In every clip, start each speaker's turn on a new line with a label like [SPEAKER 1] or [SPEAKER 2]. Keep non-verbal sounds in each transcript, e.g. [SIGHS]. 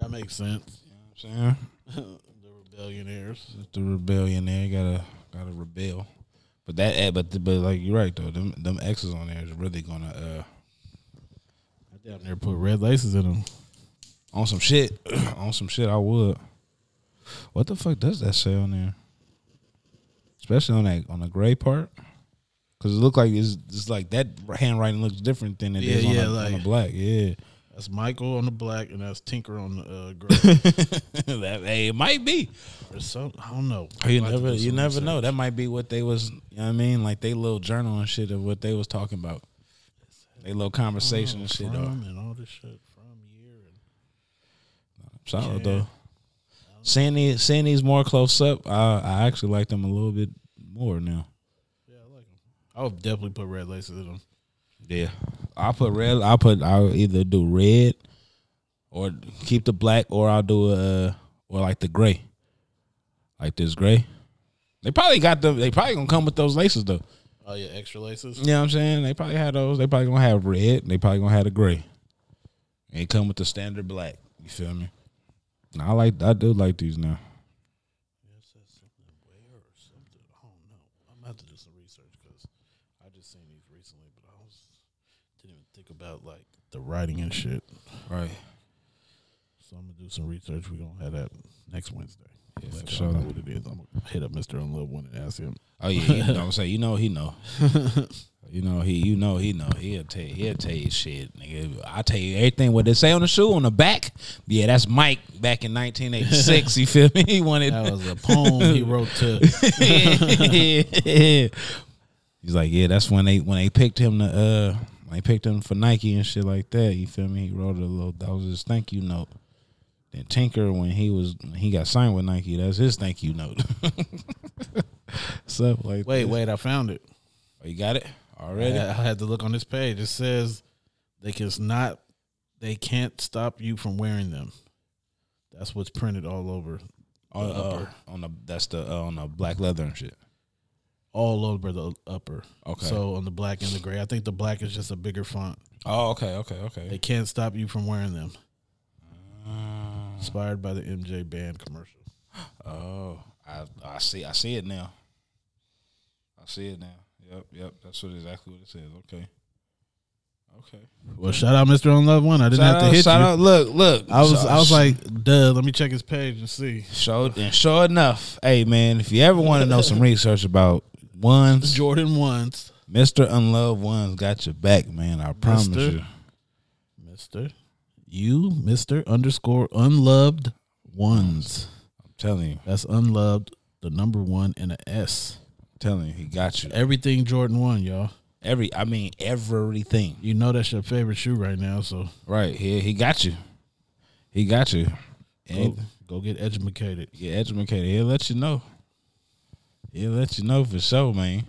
[SPEAKER 1] That makes sense. [LAUGHS]
[SPEAKER 2] You know what I'm saying?
[SPEAKER 1] the rebellionaires.
[SPEAKER 2] It's the rebellion there. Gotta gotta rebel. But that eh, but but like you're right though. Them them X's on there is really gonna
[SPEAKER 1] I damn near put red laces in them.
[SPEAKER 2] uh on some shit. [CLEARS THROAT] on some shit I would. What the fuck does that say on there? Especially on that on the gray part. Cause it look like it's, it's like that handwriting looks different than it
[SPEAKER 1] Yeah,
[SPEAKER 2] is on,
[SPEAKER 1] yeah,
[SPEAKER 2] the, on the
[SPEAKER 1] like-
[SPEAKER 2] black.
[SPEAKER 1] [LAUGHS]
[SPEAKER 2] Yeah, [LAUGHS]
[SPEAKER 1] That's Michael on the black, and that's Tinker on the uh,
[SPEAKER 2] [COUGHS]
[SPEAKER 1] gray.
[SPEAKER 2] that, hey, it might be.
[SPEAKER 1] or something. I don't know.
[SPEAKER 2] You
[SPEAKER 1] I'll have to
[SPEAKER 2] never,
[SPEAKER 1] do
[SPEAKER 2] you
[SPEAKER 1] some
[SPEAKER 2] never
[SPEAKER 1] research.
[SPEAKER 2] know. That might be what they was. You know what I mean, like they little journal and shit of what they was talking about. They little conversation and shit. Though.
[SPEAKER 1] Uh, From and all this shit from year. And
[SPEAKER 2] Solid
[SPEAKER 1] Yeah.
[SPEAKER 2] though. Seeing these, seeing these more close up, I, I actually like them a little bit more now.
[SPEAKER 1] yeah, I like them. I would definitely put red laces in them.
[SPEAKER 2] Yeah, I put red. I put. I'll either do red, or keep the black, or I'll do uh, or like the gray, like this gray. They probably got them. They probably gonna come with those laces though.
[SPEAKER 1] Oh yeah, extra laces.
[SPEAKER 2] You know what I'm saying? They probably had those. They probably gonna have red. They probably gonna have the gray. And it come with the standard black. You feel me? Nah, I like. I do like these now.
[SPEAKER 1] It says something where or something. I don't know. I'm gonna have to do some research because I just seen these recently, but I was didn't even think about like the writing and shit.
[SPEAKER 2] Right.
[SPEAKER 1] So I'm gonna do some research. We're gonna have that next Wednesday.
[SPEAKER 2] Yeah,
[SPEAKER 1] Let
[SPEAKER 2] for
[SPEAKER 1] y'all know
[SPEAKER 2] sure.
[SPEAKER 1] what it is. I'm gonna hit up Mr. Unloved one and ask him.
[SPEAKER 2] Oh yeah. You know what I'm saying? You know he know. You know he. You know he know. He'll tell. He'll tell you shit, nigga. I tell you everything. What they say on the shoe on the back. Yeah, that's Mike back in 1986. you feel me? [LAUGHS] He wanted.
[SPEAKER 1] That was a poem he wrote
[SPEAKER 2] [LAUGHS]
[SPEAKER 1] to.
[SPEAKER 2] He's like, yeah, that's when they when they picked him to uh when they picked him for Nike and shit like that. You feel me? He wrote a little that was his thank you note. Then Tinker when he was when he got signed with Nike, that's his thank you note. [LAUGHS] so like
[SPEAKER 1] Wait,
[SPEAKER 2] that.
[SPEAKER 1] wait, I found it.
[SPEAKER 2] Oh, you got it already?
[SPEAKER 1] Yeah, I had to look on this page. It says they can not they can't stop you from wearing them. That's what's printed all over.
[SPEAKER 2] on,
[SPEAKER 1] the
[SPEAKER 2] uh,
[SPEAKER 1] upper.
[SPEAKER 2] on the that's the uh, on the black leather and shit.
[SPEAKER 1] All over the upper.
[SPEAKER 2] Okay.
[SPEAKER 1] So on the black and the gray. I think the black is just a bigger font.
[SPEAKER 2] Oh, okay, okay, okay.
[SPEAKER 1] They can't stop you from wearing them.
[SPEAKER 2] Uh,
[SPEAKER 1] Inspired by the MJ band commercial.
[SPEAKER 2] Oh, I I see I see it now. I see it now. Yep, yep. That's what exactly what it says. Okay. Okay.
[SPEAKER 1] Well, shout out Mr. Unloved One. I didn't
[SPEAKER 2] Shout
[SPEAKER 1] have to
[SPEAKER 2] out,
[SPEAKER 1] hit
[SPEAKER 2] shout
[SPEAKER 1] you.
[SPEAKER 2] out. Look, look.
[SPEAKER 1] I was
[SPEAKER 2] Shout-
[SPEAKER 1] I was like, duh, let me check his page and see.
[SPEAKER 2] show and sure enough, hey man, if you ever want to
[SPEAKER 1] [LAUGHS]
[SPEAKER 2] know some research about ones,
[SPEAKER 1] Jordan ones.
[SPEAKER 2] Mister Unloved Ones got your back, man. I promise
[SPEAKER 1] Mister?
[SPEAKER 2] you.
[SPEAKER 1] Mr. You, Mr. underscore unloved ones.
[SPEAKER 2] I'm telling you,
[SPEAKER 1] That's unloved, the number one and a S.
[SPEAKER 2] I'm telling you, he got you.
[SPEAKER 1] Everything Jordan one, y'all.
[SPEAKER 2] Every, I mean, everything.
[SPEAKER 1] You know that's your favorite shoe right now, so
[SPEAKER 2] Right here, he got you. He got you.
[SPEAKER 1] go,
[SPEAKER 2] And
[SPEAKER 1] go get educated.
[SPEAKER 2] Yeah, educated. He'll let you know. He'll let you know for sure, man.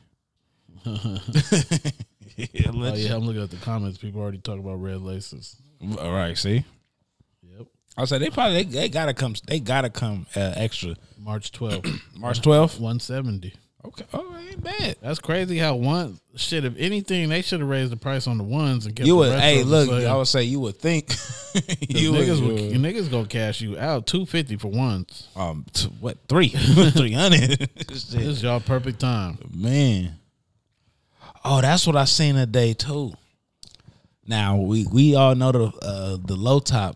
[SPEAKER 2] He'll let
[SPEAKER 1] Oh yeah, I'm looking at the comments. People already talk about red laces.
[SPEAKER 2] you. All right, see.
[SPEAKER 1] Yep.
[SPEAKER 2] I said they probably they, they gotta come. They gotta come uh, extra.
[SPEAKER 1] March
[SPEAKER 2] [CLEARS THROAT]
[SPEAKER 1] 12th,
[SPEAKER 2] March twelfth.
[SPEAKER 1] 170.
[SPEAKER 2] Okay. Oh, ain't bad.
[SPEAKER 1] That's crazy how one shit. If anything, they should have raised the price on the ones and kept
[SPEAKER 2] You
[SPEAKER 1] the
[SPEAKER 2] would.
[SPEAKER 1] retros
[SPEAKER 2] Hey,
[SPEAKER 1] the
[SPEAKER 2] look.
[SPEAKER 1] same.
[SPEAKER 2] I would say you would think. [LAUGHS]
[SPEAKER 1] 'Cause
[SPEAKER 2] you
[SPEAKER 1] niggas,
[SPEAKER 2] would.
[SPEAKER 1] would-
[SPEAKER 2] you would-
[SPEAKER 1] niggas gonna cash you out two fifty for ones.
[SPEAKER 2] um, t- what three? [LAUGHS]
[SPEAKER 1] [LAUGHS]
[SPEAKER 2] Three hundred.
[SPEAKER 1] This is y'all perfect time.
[SPEAKER 2] Man. Oh, that's what I seen today too. Now we we all know the uh the low top,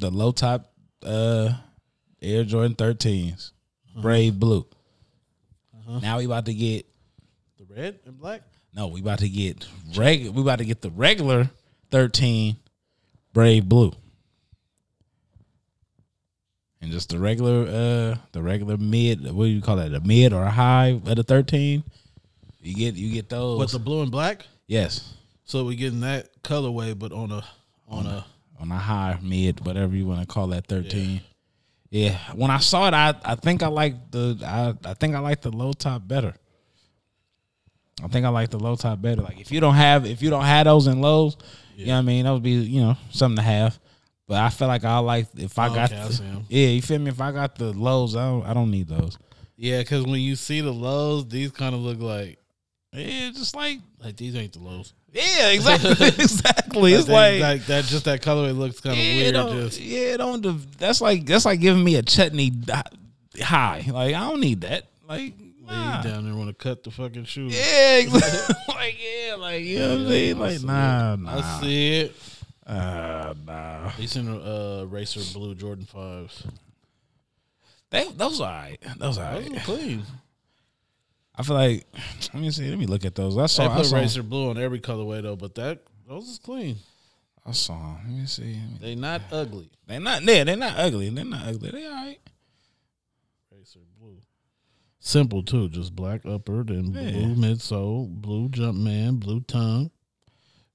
[SPEAKER 2] the low top uh Air Jordan 13s, Brave Blue. Now we about to get
[SPEAKER 1] The red and black.
[SPEAKER 2] no, we about to get reg we about to get the regular 13 Brave Blue. And just the regular uh the regular mid, what do you call that? A mid or a high at a 13? You get you get those.
[SPEAKER 1] But the blue and black.
[SPEAKER 2] Yes.
[SPEAKER 1] So we getting that colorway, but on a on a
[SPEAKER 2] On a high, mid, whatever you want to call that, thirteen. Yeah. When I saw it, I, I think I like the I, I think I like the low top better. I think I like the low top better. Like if you don't have if you don't have those in lows, you know what I mean, that would be, you know, something to have. But I feel like I like if I
[SPEAKER 1] Oh,
[SPEAKER 2] got
[SPEAKER 1] okay, I
[SPEAKER 2] the-
[SPEAKER 1] see 'em.
[SPEAKER 2] Yeah, you feel me? If I got the lows, I don't I don't need those.
[SPEAKER 1] yeah. Because when you see the lows, these kind of look like
[SPEAKER 2] Yeah, just like
[SPEAKER 1] like these ain't the lows.
[SPEAKER 2] Yeah, exactly, [LAUGHS] exactly. It's
[SPEAKER 1] Like,
[SPEAKER 2] like,
[SPEAKER 1] they- like that, just that colorway looks kind of
[SPEAKER 2] yeah,
[SPEAKER 1] weird.
[SPEAKER 2] don't,
[SPEAKER 1] Just
[SPEAKER 2] yeah, don't. div- That's like that's like giving me a chutney di- high. Like I don't need that. Like nah.
[SPEAKER 1] lady down there want to cut the fucking shoe.
[SPEAKER 2] yeah, exactly.
[SPEAKER 1] [LAUGHS]
[SPEAKER 2] [LAUGHS] like yeah, like you know what I'm saying. Like nah, nah,
[SPEAKER 1] I see it.
[SPEAKER 2] uh, nah.
[SPEAKER 1] He's in a uh, racer blue Jordan fives.
[SPEAKER 2] They, those are alright. Those are
[SPEAKER 1] Those
[SPEAKER 2] alright. [LAUGHS]
[SPEAKER 1] are clean.
[SPEAKER 2] I feel like let me see. Let me look at those. I saw.
[SPEAKER 1] They
[SPEAKER 2] I
[SPEAKER 1] put
[SPEAKER 2] saw,
[SPEAKER 1] racer blue on every colorway though, but that those is clean.
[SPEAKER 2] I saw 'em. Let me see. Let me-
[SPEAKER 1] They not ugly.
[SPEAKER 2] They're not. Yeah, they're not ugly. They're not ugly. They alright.
[SPEAKER 1] Racer blue. Simple too, just black upper, then
[SPEAKER 2] Yeah.
[SPEAKER 1] blue midsole, blue jump man, blue tongue.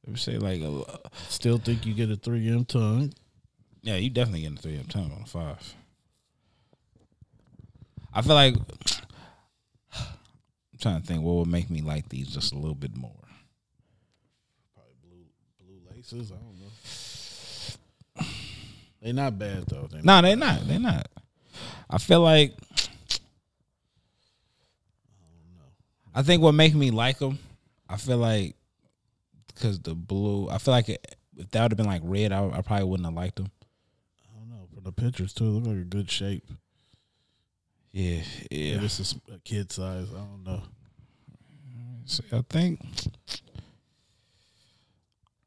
[SPEAKER 2] Let me say like a.
[SPEAKER 1] Still think you get a three M tongue.
[SPEAKER 2] Yeah, you definitely getting a three up time on a five. I feel like [SIGHS] I'm trying to think what would make me like these just a little bit more.
[SPEAKER 1] Probably blue blue laces. I don't know. They not bad though. They
[SPEAKER 2] No, they're not. They're not. I feel like I think what make me like them, I feel like because the blue. I feel like it, if that would have been like red, I, I probably wouldn't have liked them.
[SPEAKER 1] I don't know. For the pictures too, it look like a good shape.
[SPEAKER 2] Yeah,
[SPEAKER 1] Yeah,
[SPEAKER 2] yeah.
[SPEAKER 1] this is a kid size. I don't know.
[SPEAKER 2] See, I think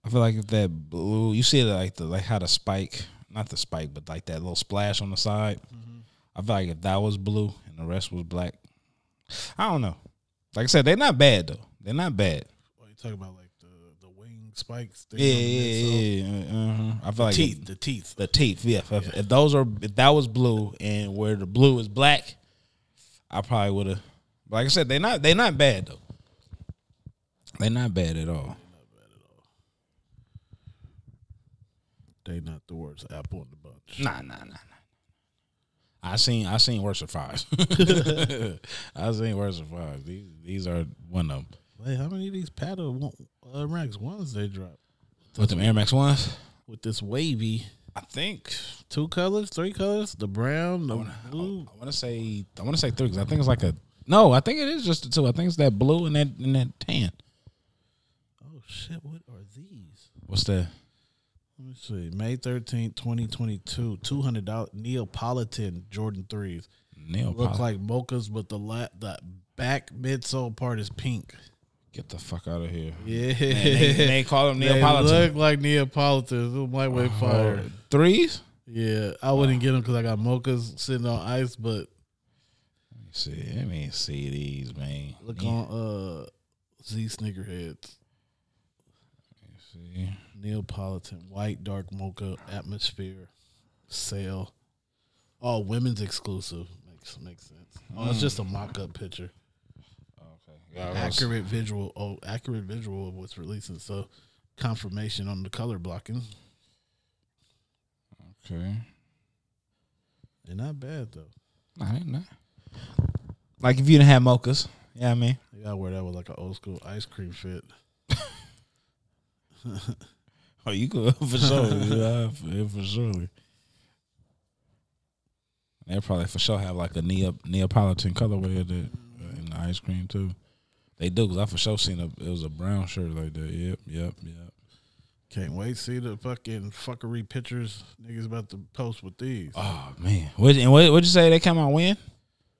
[SPEAKER 2] I feel like if that blue, you see it like the like how the spike, not the spike, but like that little splash on the side. I feel like if that was blue and the rest was black, I don't know. Like I said, they're not bad though. They're not bad.
[SPEAKER 1] What you talking about? Like the the wing spikes? thing
[SPEAKER 2] Yeah,
[SPEAKER 1] on the
[SPEAKER 2] yeah,
[SPEAKER 1] midsole?
[SPEAKER 2] yeah. uh-huh. I feel like
[SPEAKER 1] Teeth. The teeth.
[SPEAKER 2] the teeth. Yeah, if, if- if those are if that was blue and where the blue is black, I probably would have. Like I said, they're not they're not bad though. They're not bad at all.
[SPEAKER 1] They not the worst apple in the bunch.
[SPEAKER 2] Nah, nah, nah, nah. I seen I seen worse than five. [LAUGHS] I seen worse than five. These these are one of them.
[SPEAKER 1] Wait, how many of these paddle uh, Max ones they drop
[SPEAKER 2] With them Air Max ones,
[SPEAKER 1] with this wavy?
[SPEAKER 2] I think
[SPEAKER 1] Two colors, three colors, the brown, the blue.
[SPEAKER 2] I want to say I want to say three because I think it's like a no. I think it is just the two. I think it's that blue and that and that tan.
[SPEAKER 1] Oh shit! What are these?
[SPEAKER 2] What's that?
[SPEAKER 1] Let me see. May thirteenth, twenty twenty-two. Two hundred dollar Neapolitan Jordan threes
[SPEAKER 2] Nail
[SPEAKER 1] look
[SPEAKER 2] polish.
[SPEAKER 1] like mochas, but the la- the back midsole part is pink.
[SPEAKER 2] Get the fuck out of here.
[SPEAKER 1] Yeah, [LAUGHS]
[SPEAKER 2] And [LAUGHS] they, they call them
[SPEAKER 1] They
[SPEAKER 2] Neapolitan Oh,
[SPEAKER 1] look like Neapolitans. Them lightweight fire.
[SPEAKER 2] threes.
[SPEAKER 1] Yeah, I wouldn't get them because I got mochas sitting on ice, but
[SPEAKER 2] Let me see, let me see these, man.
[SPEAKER 1] Look
[SPEAKER 2] Let me
[SPEAKER 1] on uh Z Snickerheads.
[SPEAKER 2] see.
[SPEAKER 1] Neapolitan, white, dark mocha, atmosphere, sale. All women's exclusive. Makes makes sense. Oh, it's just a mock up picture.
[SPEAKER 2] Okay. Yeah, I was-
[SPEAKER 1] Accurate visual oh accurate visual of what's releasing. So confirmation on the color blocking.
[SPEAKER 2] Okay.
[SPEAKER 1] They're not bad though.
[SPEAKER 2] Nah, they not. Like if you didn't have mochas, yeah, I mean,
[SPEAKER 1] You gotta wear that with like an old school ice cream fit.
[SPEAKER 2] oh, you could for [LAUGHS] sure, yeah, for, for sure. They probably for sure have like a Neo, Neapolitan colorway of that uh, in the ice cream too. They do because I for sure seen a it was a brown shirt like that. Yep, yep, yep.
[SPEAKER 1] Can't wait to see the fucking fuckery pictures niggas about to post with these.
[SPEAKER 2] Oh man, what and what would you say they come out when?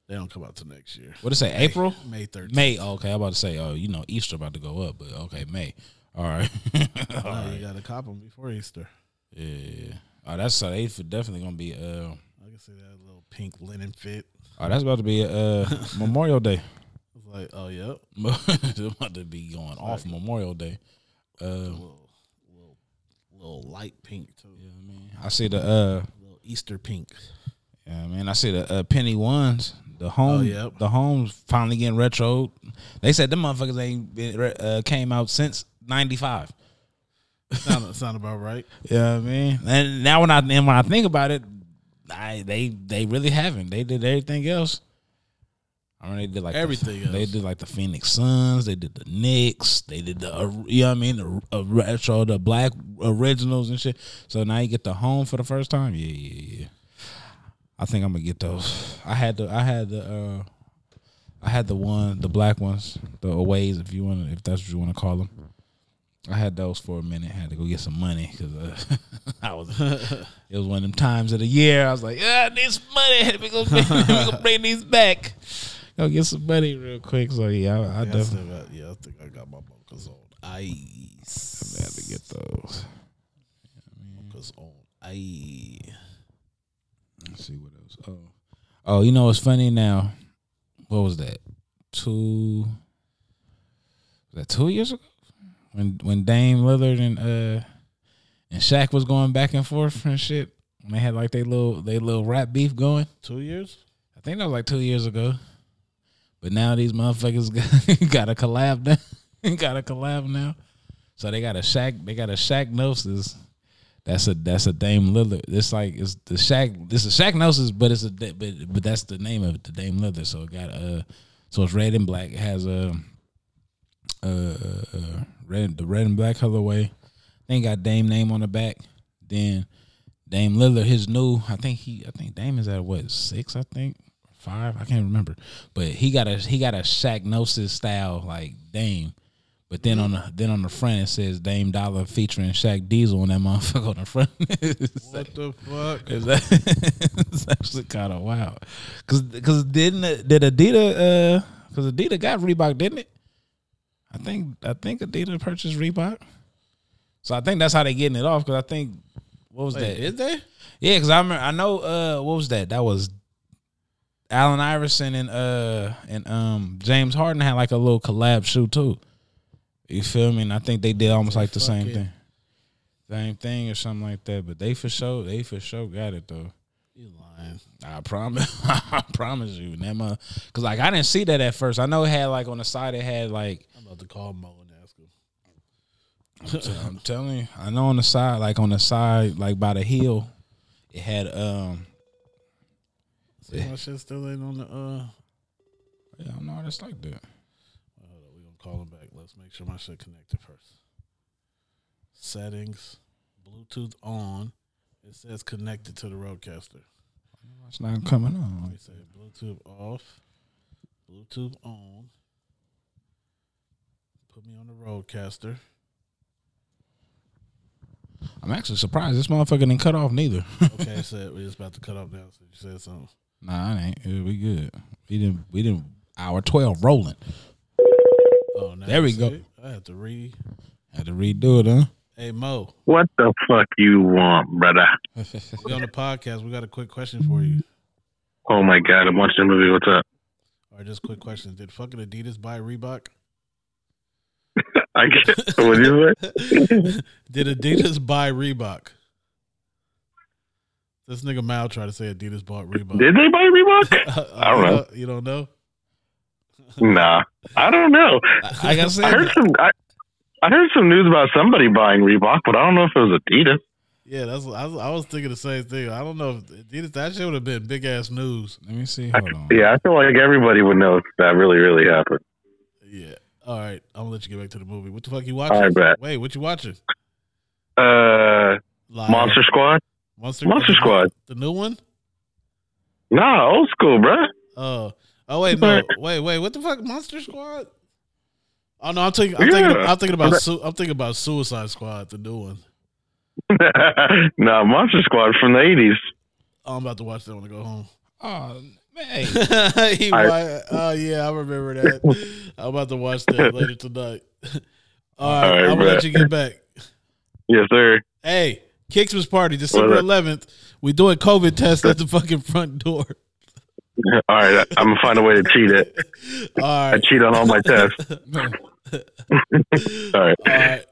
[SPEAKER 1] They don't come out till next year.
[SPEAKER 2] What it say? April,
[SPEAKER 1] May thirteenth.
[SPEAKER 2] May. okay, I'm about to say, oh, you know, Easter about to go up, but okay, May. All right, [LAUGHS] all
[SPEAKER 1] No,
[SPEAKER 2] right.
[SPEAKER 1] you gotta cop them before Easter.
[SPEAKER 2] Yeah. Oh, that's so they for definitely gonna be uh
[SPEAKER 1] I can see that little pink linen fit.
[SPEAKER 2] oh that's about to be [LAUGHS] uh Memorial Day.
[SPEAKER 1] It's like, oh yep,
[SPEAKER 2] it's about to be going off Memorial Day. Uh
[SPEAKER 1] little, little, little light pink too,
[SPEAKER 2] yeah, I mean I see the uh
[SPEAKER 1] little Easter
[SPEAKER 2] [LAUGHS]
[SPEAKER 1] pink.
[SPEAKER 2] yeah, I mean I see the uh, penny ones, the home
[SPEAKER 1] yep.
[SPEAKER 2] the homes finally getting retro. They said them motherfuckers ain't been re- uh, came out since ninety five.
[SPEAKER 1] sound, sound about [LAUGHS] right.
[SPEAKER 2] Yeah, I mean, and now when I and when I think about it, I they they really haven't. They did everything else. I mean, they did like the-
[SPEAKER 1] Everything
[SPEAKER 2] they
[SPEAKER 1] else.
[SPEAKER 2] did like the Phoenix Suns. They did the Knicks. They did the uh, you know what I mean the uh, retro, the black originals and shit. So now you get the home for the first time. Yeah, yeah, yeah. I think I'm gonna get those. I had the I had the uh, I had the one the black ones the aways if you want to if that's what you want to call them. I had those for a minute. had to go get some money because uh, [LAUGHS] I was. it was one of them times of the year. I was like, "Yeah, I need some money. [LAUGHS] We gonna, we gonna bring these back. Go get some money real quick." So yeah, I, I
[SPEAKER 1] Yeah, I
[SPEAKER 2] definitely
[SPEAKER 1] still got, yeah, I think I got my bunkers on ice.
[SPEAKER 2] had to get those.
[SPEAKER 1] bunkers on ice.
[SPEAKER 2] Let's see what else. Oh, oh, you know what's funny now? What was that? Two was that two years ago? When when Dame Lillard and uh and Shaq was going back and forth and shit. And they had like they little they little rap beef going.
[SPEAKER 1] Two years?
[SPEAKER 2] I think that was like two years ago. But now these motherfuckers [LAUGHS] got, got a collab now. got a collab now. So they got a Shaq. They got a Shaq Gnosis. That's a that's a Dame Lillard. It's like it's the Shaq. This is Shaq Gnosis, but it's a da- but but that's the name of it, the Dame Lillard. So it got uh so it's red and black. It has a uh, uh, uh red the red and black colorway. Then got Dame name on the back. Then Dame Lillard, his new, I think he, I think Dame is at what six, I think five, I can't remember. But he got a he got a Shaq Gnosis style like Dame, but then on the then on the front it says Dame Dollar featuring Shaq Diesel and that motherfucker on the front. [LAUGHS] it's,
[SPEAKER 1] What the fuck?
[SPEAKER 2] it's a- [LAUGHS] it's actually kind of wild, cause cause didn't it- did Adidas uh cause Adidas got Reebok didn't it? I think I think Adidas purchased Reebok, so I think that's how they getting it off. Cause I think what was that?
[SPEAKER 1] Wait, is they?
[SPEAKER 2] Yeah, because I remember, I know uh what was that? That was Allen Iverson and uh and um James Harden had like a little collab shoe too. You feel me? And I think they did almost like the
[SPEAKER 1] fuck
[SPEAKER 2] same
[SPEAKER 1] it.
[SPEAKER 2] thing. Same thing or something like that. But they for sure, they for sure got it though.
[SPEAKER 1] You lying.
[SPEAKER 2] I promise, [LAUGHS] I promise you, and that mother, cause like I didn't see that at first. I know it had like on the side it had like
[SPEAKER 1] I'm about to call Mo and ask him.
[SPEAKER 2] I'm telling you, I know on the side, like on the side, like by the heel, it had
[SPEAKER 1] [LAUGHS]
[SPEAKER 2] um
[SPEAKER 1] See, my shit still ain't on the. uh
[SPEAKER 2] yeah, I don't know, it's like that.
[SPEAKER 1] Hold up, we gonna call him back. Let's make sure my shit connected first. Settings, Bluetooth on. It says connected to the roadcaster.
[SPEAKER 2] It's not coming on.
[SPEAKER 1] Let me say Bluetooth off, Bluetooth on. Put me on the roadcaster.
[SPEAKER 2] I'm actually surprised this motherfucker didn't cut off neither. [LAUGHS]
[SPEAKER 1] Okay, it said we're just about to cut off now. So you said something.
[SPEAKER 2] nah, I ain't. Yeah, We good. We didn't. We didn't. Hour twelve rolling.
[SPEAKER 1] Oh, now
[SPEAKER 2] There we
[SPEAKER 1] you
[SPEAKER 2] go.
[SPEAKER 1] see it? I have to read.
[SPEAKER 2] Had to redo it, huh?
[SPEAKER 1] Hey Mo,
[SPEAKER 3] What the fuck you want, brother?
[SPEAKER 1] we on the podcast. We got a quick question for you,
[SPEAKER 3] Oh my god, I'm watching the movie. What's up?
[SPEAKER 1] or just quick questions. Did fucking Adidas buy Reebok?
[SPEAKER 3] I
[SPEAKER 1] [LAUGHS]
[SPEAKER 3] guess what is Oh,
[SPEAKER 2] [LAUGHS]
[SPEAKER 3] it?
[SPEAKER 1] Did Adidas buy Reebok? This nigga Mal tried to say Adidas bought Reebok.
[SPEAKER 3] Did they buy
[SPEAKER 1] [LAUGHS]
[SPEAKER 3] Reebok?
[SPEAKER 1] I
[SPEAKER 3] don't know.
[SPEAKER 1] You don't know?
[SPEAKER 3] Nah, I don't know.
[SPEAKER 2] like [LAUGHS] I said,
[SPEAKER 3] I heard some. I, I heard some news about somebody buying Reebok, but I don't know if it was Adidas.
[SPEAKER 1] Yeah, that's. I was, I was thinking the same thing. I don't know if Adidas. That shit would have been big ass news.
[SPEAKER 2] let me see. Hold on.
[SPEAKER 3] Yeah, I feel like everybody would know if that really, really happened.
[SPEAKER 1] Yeah. All right, I'm gonna let you get back to the movie. What the fuck you watching?
[SPEAKER 3] All right, bet.
[SPEAKER 1] Wait, what you watching?
[SPEAKER 3] Uh,
[SPEAKER 1] Liar.
[SPEAKER 3] Monster Squad?
[SPEAKER 1] Monster.
[SPEAKER 3] Monster
[SPEAKER 1] the-
[SPEAKER 3] Squad?
[SPEAKER 1] The new one.
[SPEAKER 3] Nah, old school, bruh. [LAUGHS]
[SPEAKER 1] Oh. Oh wait, no. Wait, wait. What the fuck? Monster Squad. Oh no, I'm thinking. I'm, thinking,
[SPEAKER 3] Yeah.
[SPEAKER 1] I'm thinking about. Su- I'm thinking about Suicide Squad, the new one.
[SPEAKER 3] nah, Monster Squad from the '80s.
[SPEAKER 1] Oh, I'm about to watch that when I go
[SPEAKER 2] [LAUGHS]
[SPEAKER 1] home.
[SPEAKER 2] Oh man.
[SPEAKER 1] He
[SPEAKER 3] I-
[SPEAKER 1] wa- oh yeah, I remember that. I'm about to watch that later
[SPEAKER 3] [LAUGHS]
[SPEAKER 1] tonight. All right,
[SPEAKER 3] All right,
[SPEAKER 1] I'm gonna let
[SPEAKER 3] bruh.
[SPEAKER 1] you get back.
[SPEAKER 3] Yes, sir.
[SPEAKER 1] Hey, Kicksmas party, December
[SPEAKER 3] What up?
[SPEAKER 1] 11th. We doing COVID test at the fucking front door. [LAUGHS]
[SPEAKER 3] All right, I, I'm gonna find a way to cheat it.
[SPEAKER 1] All
[SPEAKER 3] I
[SPEAKER 1] right,
[SPEAKER 3] cheat on all my tests. [LAUGHS] All right.
[SPEAKER 1] all right.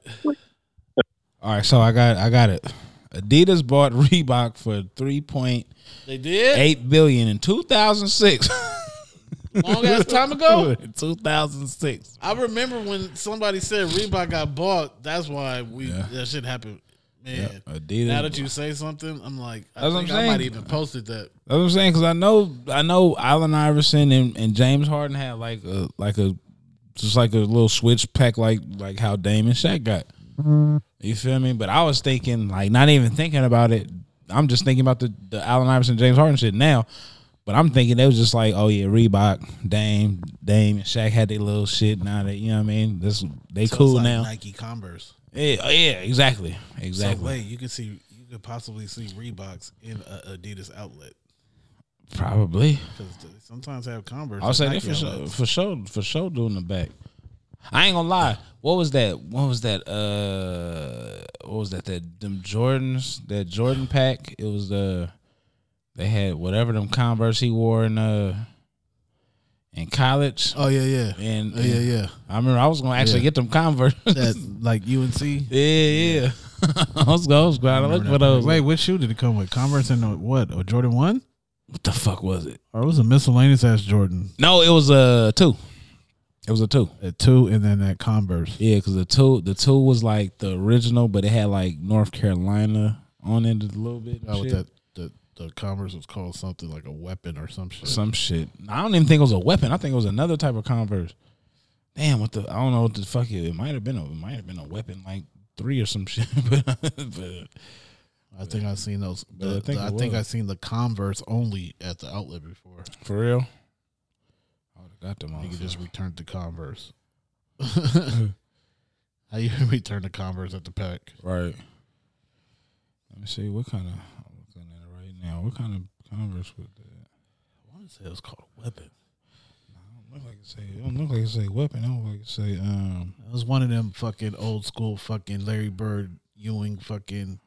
[SPEAKER 2] All right, so I got. I got it. Adidas bought Reebok for three point
[SPEAKER 1] They did
[SPEAKER 2] eight billion in two thousand six.
[SPEAKER 1] long ass time
[SPEAKER 2] [LAUGHS]
[SPEAKER 1] ago.
[SPEAKER 2] two thousand six.
[SPEAKER 1] I remember when somebody said Reebok got bought. That's why we
[SPEAKER 2] Yeah.
[SPEAKER 1] that shit happened. Man,
[SPEAKER 2] Yep. Adidas.
[SPEAKER 1] now that you say something, I'm like, I
[SPEAKER 2] That's what
[SPEAKER 1] think
[SPEAKER 2] I'm
[SPEAKER 1] I might
[SPEAKER 2] saying.
[SPEAKER 1] even posted that.
[SPEAKER 2] That's what I'm saying because I know I know Allen Iverson and, and James Harden had like a like a just like a little switch pack like like how Dame and Shaq got. You feel me? But I was thinking like not even thinking about it. I'm just thinking about the the Allen Iverson James Harden shit now. But I'm thinking they was just like, oh yeah, Reebok, Dame, Dame, and Shaq had their little shit. Now that you know what I mean, this they
[SPEAKER 1] So it's
[SPEAKER 2] cool
[SPEAKER 1] like
[SPEAKER 2] now.
[SPEAKER 1] Nike Converse.
[SPEAKER 2] Yeah, oh, yeah, exactly,
[SPEAKER 1] So
[SPEAKER 2] exactly.
[SPEAKER 1] late, you could see you could possibly see Reeboks in a Adidas outlet
[SPEAKER 2] Probably.
[SPEAKER 1] because they sometimes have Converse.
[SPEAKER 2] I'll
[SPEAKER 1] and
[SPEAKER 2] say that
[SPEAKER 1] Nike
[SPEAKER 2] for sure,
[SPEAKER 1] outlets.
[SPEAKER 2] for sure, for sure, doing the back. I ain't gonna lie. What was that? What was that? Uh, what was that? That them Jordans, that Jordan pack. It was uh, they had whatever them Converse he wore in uh, in college.
[SPEAKER 1] Oh yeah, yeah,
[SPEAKER 2] And,
[SPEAKER 1] oh, yeah, yeah.
[SPEAKER 2] I remember I was gonna actually
[SPEAKER 1] Yeah.
[SPEAKER 2] get them Converse. [LAUGHS]
[SPEAKER 1] That like UNC.
[SPEAKER 2] yeah, yeah. [LAUGHS] I was going, I uh, was going to look for those.
[SPEAKER 1] Wait, what shoe did it come with? Converse and a, what? A Jordan one?
[SPEAKER 2] what the fuck was it?
[SPEAKER 1] Or it was a miscellaneous ass Jordan
[SPEAKER 2] No, it was a two. It was a two.
[SPEAKER 1] at two, and then that Converse.
[SPEAKER 2] Yeah, because the two the two was like the original, but it had like North Carolina on it a little bit. and
[SPEAKER 1] Not with
[SPEAKER 2] shit.
[SPEAKER 1] that the the Converse was called something like a weapon or some shit.
[SPEAKER 2] Some shit. I don't even think it was a weapon. I think it was another type of Converse. Damn, what the? I don't know what the fuck it. It might have been a. It might have been a weapon like three or some [LAUGHS] shit. but, but
[SPEAKER 1] I think I've seen those. the-
[SPEAKER 2] I
[SPEAKER 1] the-
[SPEAKER 2] think
[SPEAKER 1] I
[SPEAKER 2] it
[SPEAKER 1] think
[SPEAKER 2] was.
[SPEAKER 1] I've seen the Converse only at the outlet before.
[SPEAKER 2] for real, I would have got them.
[SPEAKER 1] You can
[SPEAKER 2] motherfuckers.
[SPEAKER 1] just return to [LAUGHS] Converse. How you return to Converse at the pack?
[SPEAKER 2] Right. Let me see what kind of I'm looking at it right now. What kind of Converse with that?
[SPEAKER 1] I want to say it was called a weapon.
[SPEAKER 2] It don't look like it say. It don't look like it say weapon. It don't look like it say. Um.
[SPEAKER 1] It was one of them fucking old school fucking Larry Bird Ewing fucking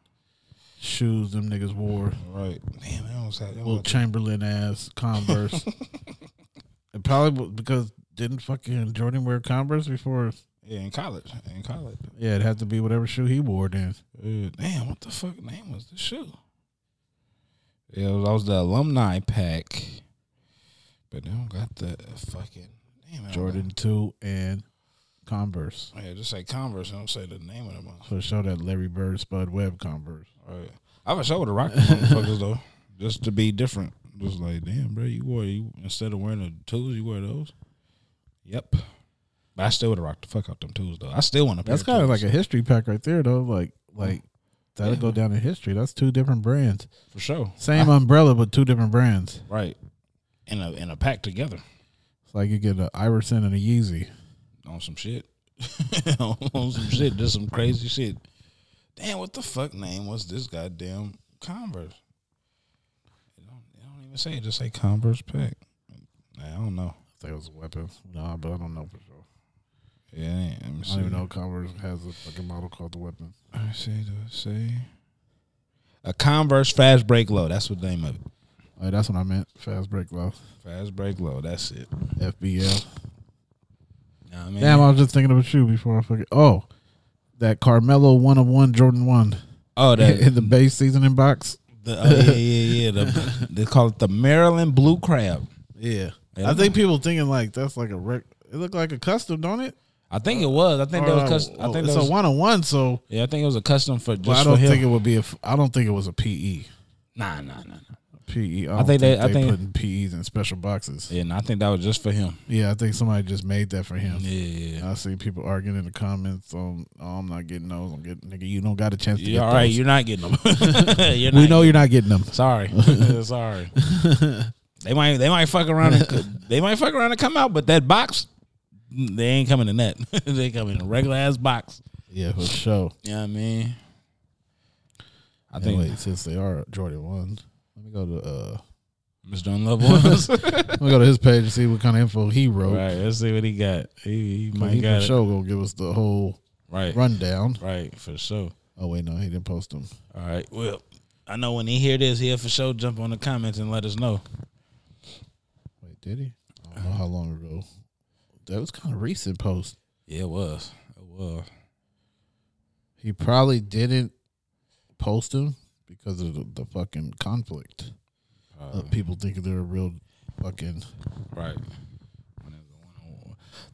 [SPEAKER 1] shoes them niggas wore.
[SPEAKER 2] Right. Damn. It don't say. it don't
[SPEAKER 1] Little
[SPEAKER 2] look-
[SPEAKER 1] Chamberlain ass [LAUGHS] Converse. and probably because didn't fucking Jordan wear Converse before?
[SPEAKER 2] [LAUGHS] Yeah, in college. In college.
[SPEAKER 1] Yeah, it'd have to be whatever shoe he wore then.
[SPEAKER 2] Uh, damn, what the fuck name was the shoe? Yeah, it was, that was the alumni pack. But they don't got the fucking damn it, I don't
[SPEAKER 1] Jordan 2 and Converse.
[SPEAKER 2] got- Yeah, just say Converse. I don't say the name of them. motherfuckers.
[SPEAKER 1] So show that Larry Bird Spud Webb Converse.
[SPEAKER 2] Right. I wish I would have rocked them motherfuckers though, [LAUGHS] just to be different. Just like, damn, bro, you wore you instead of wearing the twos, you wear those. Yep. But I still would have rocked the fuck out them twos though. I still want to.
[SPEAKER 1] That's kind of like a history pack right there, though. Like, like that'll
[SPEAKER 2] Yeah.
[SPEAKER 1] go down in history. That's two different brands.
[SPEAKER 2] for sure.
[SPEAKER 1] Same umbrella, but two different brands.
[SPEAKER 2] Right. In a in a pack together.
[SPEAKER 1] It's like you get an Iverson and a Yeezy.
[SPEAKER 2] on some shit. [LAUGHS] on some shit. Just some crazy shit. Damn, what the fuck name was this goddamn Converse? It don't, it don't even say it. Just say Converse pack. I don't know.
[SPEAKER 1] I think it was a weapon. Nah, but I don't know for sure.
[SPEAKER 2] Yeah, it ain't. let me
[SPEAKER 1] I
[SPEAKER 2] see.
[SPEAKER 1] don't even know Converse has a fucking model called the weapon.
[SPEAKER 2] Let me see. Do it say a Converse fast break low? That's what the name of it.
[SPEAKER 1] Hey, that's what I meant. Fast break low.
[SPEAKER 2] Fast break low. That's it.
[SPEAKER 1] FBL.
[SPEAKER 2] Know what I mean,
[SPEAKER 1] Damn, I was just thinking of a shoe before I fucking. Oh, that Carmelo one of one Jordan one [LAUGHS]
[SPEAKER 2] oh,
[SPEAKER 1] in
[SPEAKER 2] that
[SPEAKER 1] the base seasoning box.
[SPEAKER 2] the, oh, yeah, yeah, yeah. The, they call it the Maryland Blue Crab.
[SPEAKER 1] Yeah,
[SPEAKER 2] Yeah.
[SPEAKER 1] I think people thinking like that's like a rec- it looked like a custom, don't it?
[SPEAKER 2] I think it was. I think
[SPEAKER 1] Or,
[SPEAKER 2] that was.
[SPEAKER 1] uh,
[SPEAKER 2] Custom, I
[SPEAKER 1] well,
[SPEAKER 2] think
[SPEAKER 1] it's
[SPEAKER 2] that was,
[SPEAKER 1] a one on one. So
[SPEAKER 2] Yeah, I think it was a custom for just
[SPEAKER 1] well, I
[SPEAKER 2] for
[SPEAKER 1] don't
[SPEAKER 2] him.
[SPEAKER 1] think it would be a. F- I don't think it was a PE.
[SPEAKER 2] nah, nah, nah, nah.
[SPEAKER 1] PE. E, I,
[SPEAKER 2] think
[SPEAKER 1] think,
[SPEAKER 2] they-
[SPEAKER 1] they,
[SPEAKER 2] I think-
[SPEAKER 1] putting PEs in special boxes. Yeah.
[SPEAKER 2] Yeah, nah, I think that was just for him.
[SPEAKER 1] I think somebody just made that for him.
[SPEAKER 2] Yeah, yeah. yeah.
[SPEAKER 1] I see people arguing in the comments on, oh, I'm not getting those. I'm getting nigga. You don't got a chance to
[SPEAKER 2] Yeah,
[SPEAKER 1] get
[SPEAKER 2] all right,
[SPEAKER 1] those.
[SPEAKER 2] you're not getting them. [LAUGHS] You're
[SPEAKER 1] we
[SPEAKER 2] not
[SPEAKER 1] know you're not getting them. [LAUGHS]
[SPEAKER 2] Sorry, [LAUGHS] sorry. they might they might fuck around and co- they might fuck around and come out, but that box mm, they ain't coming in that. [LAUGHS] they come in a regular ass box.
[SPEAKER 1] Yeah, for sure.
[SPEAKER 2] You know what I mean? I
[SPEAKER 1] I
[SPEAKER 2] think
[SPEAKER 1] think wait, since they are Jordan ones, let me go to uh,
[SPEAKER 2] Mr. Unloved
[SPEAKER 1] [LAUGHS]
[SPEAKER 2] [LAUGHS] ones.
[SPEAKER 1] let me go to his page and see what kind of info he wrote.
[SPEAKER 2] right, let's see what he got. He, he
[SPEAKER 1] 'Cause
[SPEAKER 2] might
[SPEAKER 1] He for
[SPEAKER 2] got it.
[SPEAKER 1] sure gonna give us the whole
[SPEAKER 2] Right,
[SPEAKER 1] rundown.
[SPEAKER 2] right, for sure.
[SPEAKER 1] Oh wait, no, he didn't post them.
[SPEAKER 2] All right. Well, I know when he hear this, he'll for sure jump on the comments and let us know.
[SPEAKER 1] Wait, did he? I don't know how long ago. That was kind of recent post.
[SPEAKER 2] Yeah, it was. It was.
[SPEAKER 1] He probably didn't post them because of the, the fucking conflict
[SPEAKER 2] Uh-huh.
[SPEAKER 1] of people thinking they're a real fucking.
[SPEAKER 2] Uh, Right.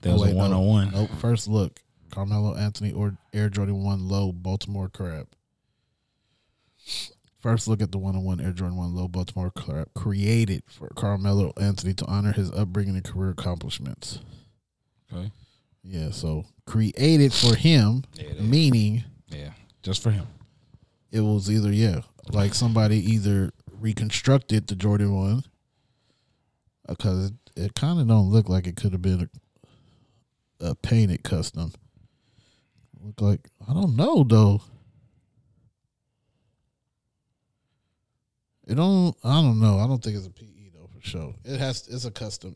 [SPEAKER 2] There was
[SPEAKER 1] Oh, wait,
[SPEAKER 2] a one on one.
[SPEAKER 1] Nope. First look, Carmelo Anthony or Air Jordan One Low Baltimore Crab. First look at the one on one Air Jordan One Low Baltimore Crab created for Carmelo Anthony to honor his upbringing and career accomplishments.
[SPEAKER 2] Okay.
[SPEAKER 1] Yeah, so created for him,
[SPEAKER 2] Yeah, they-
[SPEAKER 1] meaning
[SPEAKER 2] Yeah. Just for him.
[SPEAKER 1] it was either yeah, like somebody either reconstructed the Jordan one because it, it kind of don't look like it could have been a, a painted custom. look like? I don't know though. It don't. I don't know. I don't think it's a PE though for sure. It has. It's a custom.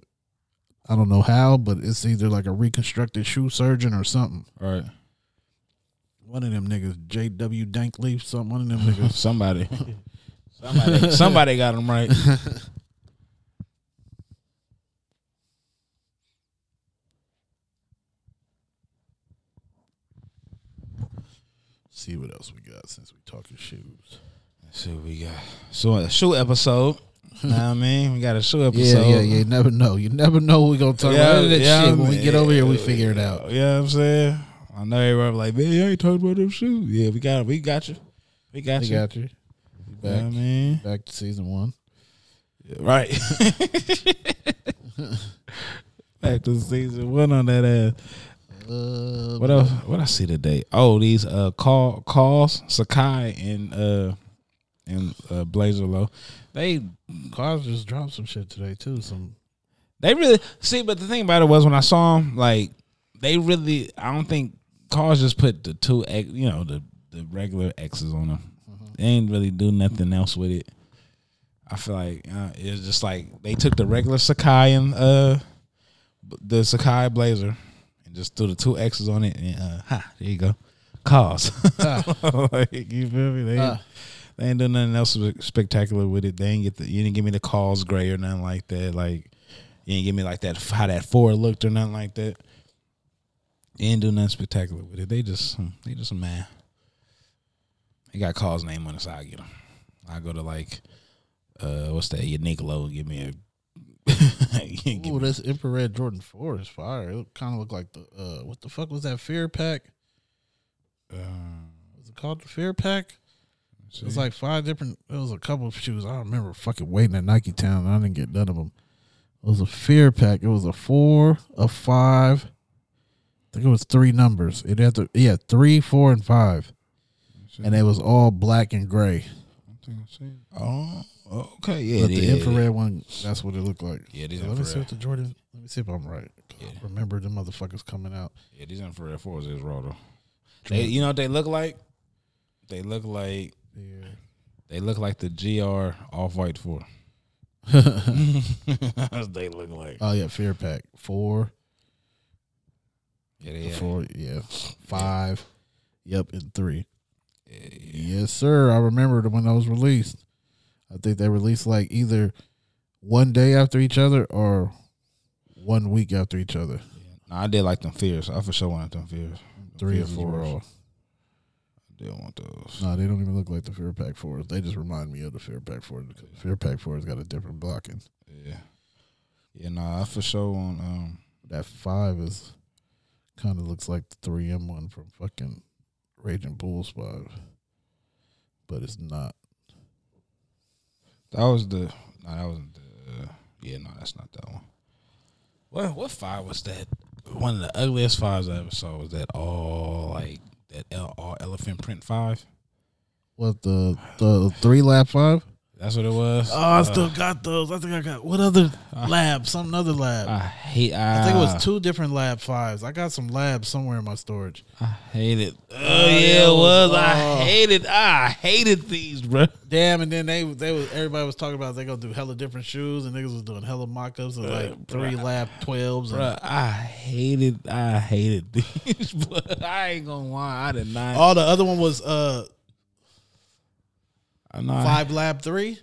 [SPEAKER 1] I don't know how, but it's either like a reconstructed shoe surgeon or something. [LAUGHS]
[SPEAKER 2] All right.
[SPEAKER 1] One of them niggas, J.W. Dankleaf, something. One of them niggas.
[SPEAKER 2] Somebody. [LAUGHS] Somebody, somebody got him
[SPEAKER 1] [LAUGHS]
[SPEAKER 2] right.
[SPEAKER 1] See what else we got since we talking shoes.
[SPEAKER 2] Let's see what we got. So a shoe episode. know what I mean, we got a shoe episode.
[SPEAKER 1] yeah, yeah, yeah. You never know. You never know what we gonna talk about. None of that shit. When we get over here, we
[SPEAKER 2] yeah,
[SPEAKER 1] figure it out.
[SPEAKER 2] Yeah, you know what I'm saying. I know everybody like, man, you ain't talking about them shoes. Yeah, we got, we got you, we got
[SPEAKER 1] We
[SPEAKER 2] you.
[SPEAKER 1] got you. We
[SPEAKER 2] You know what I
[SPEAKER 1] Back,
[SPEAKER 2] mean,
[SPEAKER 1] back to season one.
[SPEAKER 2] right. [LAUGHS] Back to season one on that ass.
[SPEAKER 1] Uh,
[SPEAKER 2] What else? What I see today? Oh, these uh, call calls Sakai and uh and uh, Blazer Low. They
[SPEAKER 1] Cars just dropped some shit today too. Some
[SPEAKER 2] They really see, but the thing about it was when I saw them, like they really. I don't think cars just put the two, X, you know, the the regular X's on them. They ain't really do nothing else with it. I feel like uh, it's just like they took the regular Sakai and uh b- the Sakai Blazer and just threw the two X's on it, and uh, ha, there you go, cars. [LAUGHS] like, you feel me? They,
[SPEAKER 1] Ah.
[SPEAKER 2] they ain't do nothing else spectacular with it. They ain't get the you didn't give me the calls gray or nothing like that. Like you didn't give me like that how that four looked or nothing like that. They didn't do nothing spectacular with it. They just hmm, they just man. They got Carl's name on the side. I get them. I go to like uh what's that? Your Niccolo give me a. [LAUGHS] give
[SPEAKER 1] oh,
[SPEAKER 2] me,
[SPEAKER 1] this infrared Jordan Four is fire. It kind of looked like the uh, what the fuck was that Fear Pack?
[SPEAKER 2] uh,
[SPEAKER 1] Was it called the Fear Pack? It was like five different. It was a couple of shoes. I remember fucking waiting at Nike Town. and I didn't get none of them. It was a Fear Pack. It was a four, a five. I think it was three numbers. It had to yeah three, four, and five, and it was all black and gray.
[SPEAKER 2] oh okay yeah,
[SPEAKER 1] But
[SPEAKER 2] yeah,
[SPEAKER 1] the
[SPEAKER 2] yeah.
[SPEAKER 1] infrared one, that's what it looked like.
[SPEAKER 2] Yeah, these
[SPEAKER 1] So let me see
[SPEAKER 2] infrared.
[SPEAKER 1] what the Jordan. Let me see if I'm right. I
[SPEAKER 2] Yeah.
[SPEAKER 1] Remember the motherfuckers coming out.
[SPEAKER 2] Yeah, these infrared fours is raw though. They, you know what they look like? They look like
[SPEAKER 1] Yeah.
[SPEAKER 2] they look like the GR off white four. [LAUGHS] That's what they look like.
[SPEAKER 1] Oh yeah, Fear Pack four,
[SPEAKER 2] Yeah, they,
[SPEAKER 1] four, yeah, five. Yep, and three.
[SPEAKER 2] yeah, yeah.
[SPEAKER 1] Yes, sir. I remembered when those released. I think they released like either one day after each other or one week after each other.
[SPEAKER 2] No, I did like them fears. I for sure wanted them fears.
[SPEAKER 1] Three
[SPEAKER 2] Fear
[SPEAKER 1] or four.
[SPEAKER 2] fours.
[SPEAKER 1] All.
[SPEAKER 2] I did want those.
[SPEAKER 1] No, they don't even look like the Fear Pack fours. They just remind me of the Fear Pack fours because the Fear Pack fours got a different blocking.
[SPEAKER 2] Yeah. Yeah, nah, I for sure want um
[SPEAKER 1] That five is kind of looks like the three M one from fucking Raging Bulls five, but it's not.
[SPEAKER 2] that was the no, that wasn't the uh, yeah, no, that's not that one. What what fire was that? One of the ugliest fives I ever saw was that all like that L, all elephant print five.
[SPEAKER 1] What the the three lap five?
[SPEAKER 2] That's what it was.
[SPEAKER 1] Oh, I still got those. I think I got what other lab? Some other lab.
[SPEAKER 2] Uh, I hate. I,
[SPEAKER 1] I think it was two different lab fives. I got some labs somewhere in my storage.
[SPEAKER 2] I hate it. Oh, yeah, it was.
[SPEAKER 1] uh,
[SPEAKER 2] I hated. I hated these, bro.
[SPEAKER 1] Damn, and then they they was everybody was talking about they gonna do hella different shoes and niggas was doing hella mock ups of like three lab twelves and
[SPEAKER 2] Bro, I hated. I hated [LAUGHS] these. But I ain't gonna lie. I did not.
[SPEAKER 1] all the other one was
[SPEAKER 2] Uh-huh.
[SPEAKER 1] uh
[SPEAKER 2] I know.
[SPEAKER 1] five lab three.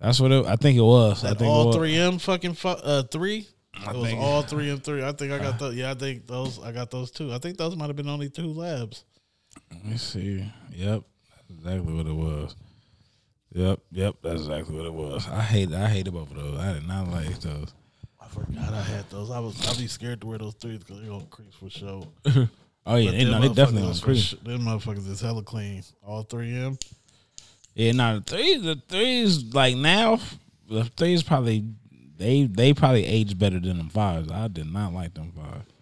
[SPEAKER 2] That's what it, I think it was. I
[SPEAKER 1] That
[SPEAKER 2] think it
[SPEAKER 1] all
[SPEAKER 2] was.
[SPEAKER 1] three M fucking fu- uh three. It was
[SPEAKER 2] think- Uh-huh.
[SPEAKER 1] all three and three. I think I got those. Yeah, I think those. I got those two. I think those might have been only two labs.
[SPEAKER 2] Let me see. Yep, that's exactly what it was. Yep, yep, that's exactly what it was. I hate. I hated both of those. I did not like those.
[SPEAKER 1] I forgot I had those. I was. I'd be scared to wear those threes because they're gonna crease for sure.
[SPEAKER 2] Oh yeah,
[SPEAKER 1] But
[SPEAKER 2] they,
[SPEAKER 1] them
[SPEAKER 2] no, they definitely
[SPEAKER 1] motherfuckers
[SPEAKER 2] was
[SPEAKER 1] for
[SPEAKER 2] pretty.
[SPEAKER 1] sh- Them motherfuckers is hella clean. All three M.
[SPEAKER 2] Yeah, no, the threes, the threes, like now, the threes probably they they probably age better than them fives. I did not like them fives.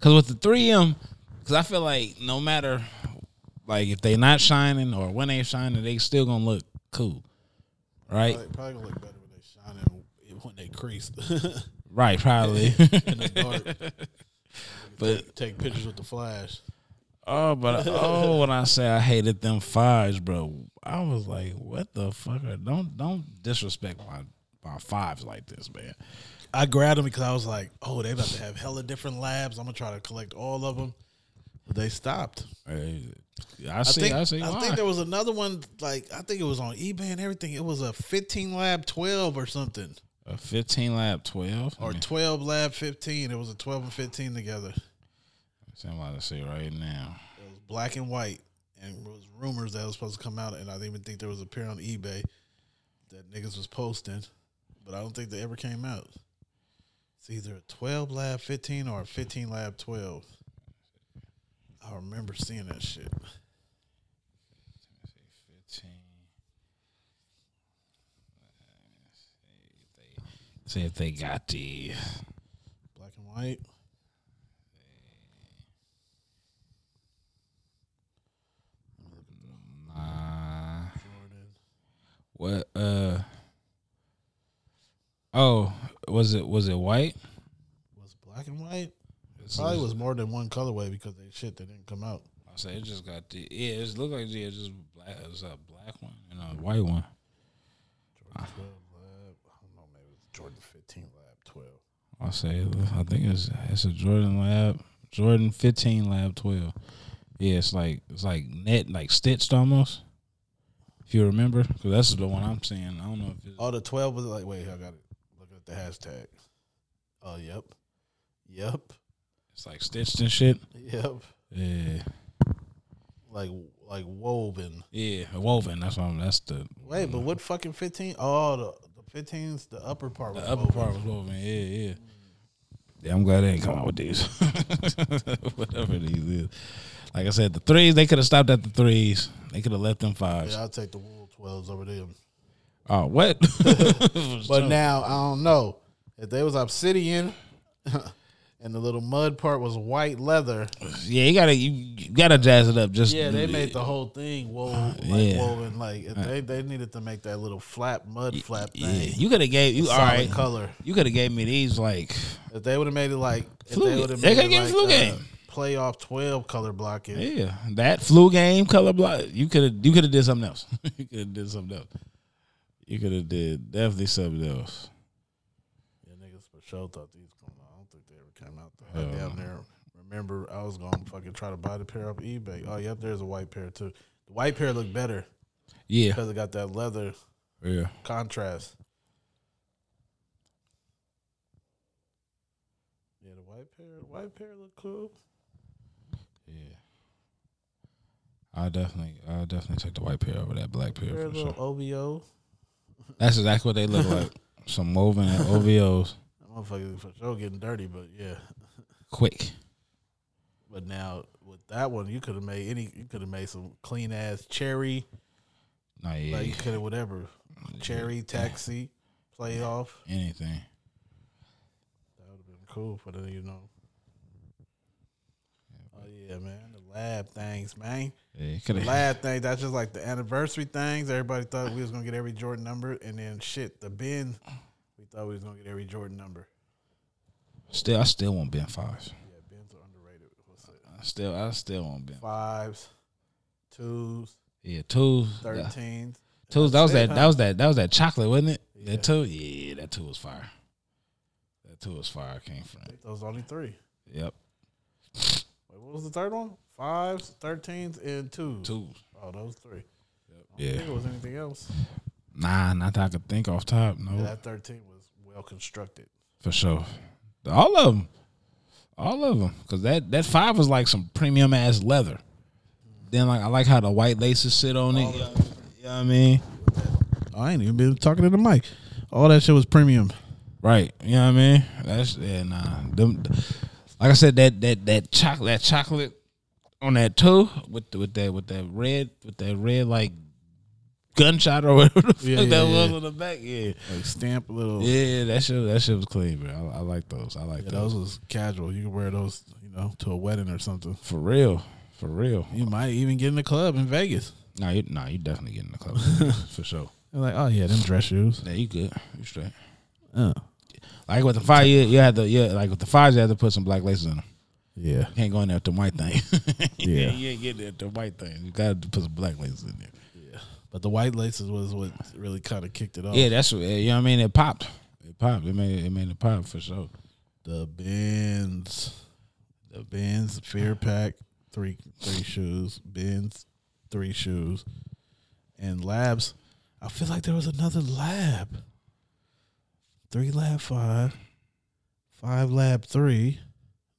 [SPEAKER 2] Cause with the three M, cause I feel like no matter like if they not shining or when they shining, they still gonna look cool, right?
[SPEAKER 1] Probably, probably gonna look better when they shine [LAUGHS] and when they creased.
[SPEAKER 2] [LAUGHS] Right, probably.
[SPEAKER 1] in the dark.
[SPEAKER 2] But
[SPEAKER 1] Take pictures with the flash.
[SPEAKER 2] oh, but oh, when I say I hated them fives, bro, I was like, what the fuck? are- Don't don't disrespect my my fives like this, man.
[SPEAKER 1] I grabbed them because I was like, oh, they about to have hella different labs. I'm gonna try to collect all of them. But they stopped.
[SPEAKER 2] I, I
[SPEAKER 1] I
[SPEAKER 2] see.
[SPEAKER 1] think
[SPEAKER 2] I see.
[SPEAKER 1] I
[SPEAKER 2] why.
[SPEAKER 1] think there was another one like I think it was on eBay and everything. It was a 15 lab 12 or something.
[SPEAKER 2] a fifteen lab twelve
[SPEAKER 1] Or 12 lab 15. It was a 12 and 15 together.
[SPEAKER 2] Somebody see right now.
[SPEAKER 1] It was black and white, and it was rumors that it was supposed to come out, and I didn't even think there was a pair on eBay that niggas was posting, but I don't think they ever came out. It's either a twelve lab fifteen or a fifteen lab twelve. I remember seeing that shit.
[SPEAKER 2] Fifteen. Let's See if they got the.
[SPEAKER 1] Black and white.
[SPEAKER 2] Uh,
[SPEAKER 1] Jordan.
[SPEAKER 2] what? Uh. Oh, was it was it white?
[SPEAKER 1] Was it black and white? It probably was more than one colorway because they shit that didn't come out.
[SPEAKER 2] I say it just got the. Yeah, it looked like yeah, just black. It was a black one and a white one.
[SPEAKER 1] Jordan twelve lab. I don't know, maybe it's Jordan fifteen lab twelve.
[SPEAKER 2] I say I think it's it's a Jordan Lab Jordan fifteen Lab twelve. Yeah, it's like it's like net like stitched almost. If you remember, because that's the one I'm seeing. I don't know if it's
[SPEAKER 1] Oh, the 12 was like, wait, I got it. Look at the hashtag. Oh, yep. Yep.
[SPEAKER 2] It's like stitched and shit.
[SPEAKER 1] Yep.
[SPEAKER 2] Yeah,
[SPEAKER 1] Like, like woven.
[SPEAKER 2] yeah, woven. That's what I'm, that's the
[SPEAKER 1] Wait, but what fucking 15? Oh, the, the 15s, the upper part
[SPEAKER 2] the
[SPEAKER 1] was
[SPEAKER 2] upper
[SPEAKER 1] woven.
[SPEAKER 2] part was woven. Yeah, yeah. Yeah, I'm glad they didn't come out with these. [LAUGHS] Whatever these is. Like I said, the threes they could have stopped at the threes. They could have left them fives.
[SPEAKER 1] Yeah, I'll take the wool 12s over them.
[SPEAKER 2] Oh, what? [LAUGHS]
[SPEAKER 1] [LAUGHS] But now, I don't know. If they was obsidian [LAUGHS] and the little mud part was white leather.
[SPEAKER 2] Yeah, you gotta you, you gotta jazz it up. Just
[SPEAKER 1] Yeah, they made the whole thing woven. Like,
[SPEAKER 2] Yeah.
[SPEAKER 1] woven. Like, if they, they needed to make that little flap, mud flap
[SPEAKER 2] Yeah,
[SPEAKER 1] thing.
[SPEAKER 2] you could have gave you all
[SPEAKER 1] Solid
[SPEAKER 2] right.
[SPEAKER 1] color.
[SPEAKER 2] You could have gave me these like
[SPEAKER 1] If they would have made it like if
[SPEAKER 2] Flu
[SPEAKER 1] they
[SPEAKER 2] game.
[SPEAKER 1] would have
[SPEAKER 2] They
[SPEAKER 1] made
[SPEAKER 2] could
[SPEAKER 1] it
[SPEAKER 2] give
[SPEAKER 1] like
[SPEAKER 2] flu
[SPEAKER 1] uh,
[SPEAKER 2] game.
[SPEAKER 1] playoff twelve color blocking.
[SPEAKER 2] yeah that flu game color block. You could have you could have did something else. [LAUGHS] you could have did something else. You could have did definitely something else.
[SPEAKER 1] Yeah, niggas for sure thought these going on. I don't think they ever came out. Though. I damn near remember I was gonna fucking try to buy the pair off eBay. Oh yep, there's a white pair too. The white pair looked better
[SPEAKER 2] Yeah,
[SPEAKER 1] because it got that leather
[SPEAKER 2] yeah.
[SPEAKER 1] contrast. Yeah, the white pair, white pair look cool.
[SPEAKER 2] Yeah. I'll definitely, I'll definitely take the white pair over that black pair
[SPEAKER 1] Pair
[SPEAKER 2] for sure.
[SPEAKER 1] little OVO.
[SPEAKER 2] That's exactly what they look
[SPEAKER 1] [LAUGHS]
[SPEAKER 2] like. Some woven and OVOs,
[SPEAKER 1] That motherfucker for sure getting dirty, but yeah.
[SPEAKER 2] quick.
[SPEAKER 1] But now with that one, you could have made any. You could have made some clean ass cherry,
[SPEAKER 2] Nah, yeah,
[SPEAKER 1] like you could have whatever, cherry taxi playoff.
[SPEAKER 2] anything.
[SPEAKER 1] That would have been cool for the you know. Oh yeah, man, the lab things,
[SPEAKER 2] [LAUGHS]
[SPEAKER 1] man.
[SPEAKER 2] Yeah, could
[SPEAKER 1] The
[SPEAKER 2] have
[SPEAKER 1] lab thing. That's just like the anniversary things. Everybody thought we was gonna get every Jordan number, and then shit, the bin. We thought we was gonna get every Jordan number.
[SPEAKER 2] Still, I still want Ben Fives.
[SPEAKER 1] Yeah, bins are underrated. What's it?
[SPEAKER 2] I still, I still want Ben.
[SPEAKER 1] Fives, twos,
[SPEAKER 2] Yeah, twos. That,
[SPEAKER 1] thirteens.
[SPEAKER 2] twos. That was
[SPEAKER 1] That's it,
[SPEAKER 2] that.
[SPEAKER 1] huh?
[SPEAKER 2] That was that. That was that chocolate, wasn't it?
[SPEAKER 1] Yeah.
[SPEAKER 2] That two. Yeah, that two was fire. That two was fire. I came from. It.
[SPEAKER 1] Those only three.
[SPEAKER 2] Yep.
[SPEAKER 1] Wait, what was the third one? Fives, thirteens, and twos.
[SPEAKER 2] Twos.
[SPEAKER 1] Oh, those three. I
[SPEAKER 2] Yeah.
[SPEAKER 1] think it was anything else.
[SPEAKER 2] Nah, not that I could think off top. No,
[SPEAKER 1] Yeah, that thirteen was well constructed.
[SPEAKER 2] for sure. All of them. All of them. Cause that that five was like some premium ass leather. Then like I like how the white laces sit on it. You know, you know what I mean?
[SPEAKER 4] I ain't even been talking to the mic. All that shit was premium.
[SPEAKER 2] Right. You know what I mean? That's yeah, nah. Them, like I said, that that that chocolate that chocolate on that toe with the, with that with that red with that red like gunshot or whatever the
[SPEAKER 4] Yeah,
[SPEAKER 2] fuck
[SPEAKER 4] yeah,
[SPEAKER 2] that was
[SPEAKER 4] yeah.
[SPEAKER 2] on the back. Yeah.
[SPEAKER 4] Like stamp little. Yeah.
[SPEAKER 2] Yeah, that shit that shit was clean, bro. I, I like those. I like those.
[SPEAKER 4] those was casual. You could wear those, you know, to a wedding or something.
[SPEAKER 2] For real. For real.
[SPEAKER 4] You might even get in the club in Vegas.
[SPEAKER 2] No, you no, you definitely getting the club
[SPEAKER 4] [LAUGHS]
[SPEAKER 2] for sure.
[SPEAKER 4] They're like, oh yeah, them dress shoes.
[SPEAKER 2] Yeah, you good. You straight.
[SPEAKER 4] Uh.
[SPEAKER 2] Like with the five, you, you had to yeah. Like with the fives, you had to put some black laces in them.
[SPEAKER 5] Yeah.
[SPEAKER 2] You can't go in there with the white thing.
[SPEAKER 5] Yeah.
[SPEAKER 2] you ain't getting there with the white thing. You got to put some black laces in there.
[SPEAKER 1] But the white laces was what really kind of kicked it off.
[SPEAKER 2] Yeah, that's what, you know what I mean. It popped. It popped. It made it made it pop for sure.
[SPEAKER 1] The Benz, the Benz Fear Pack, three three shoes, Benz, three shoes, and labs. I feel like there was another lab. Three lab five, five lab three.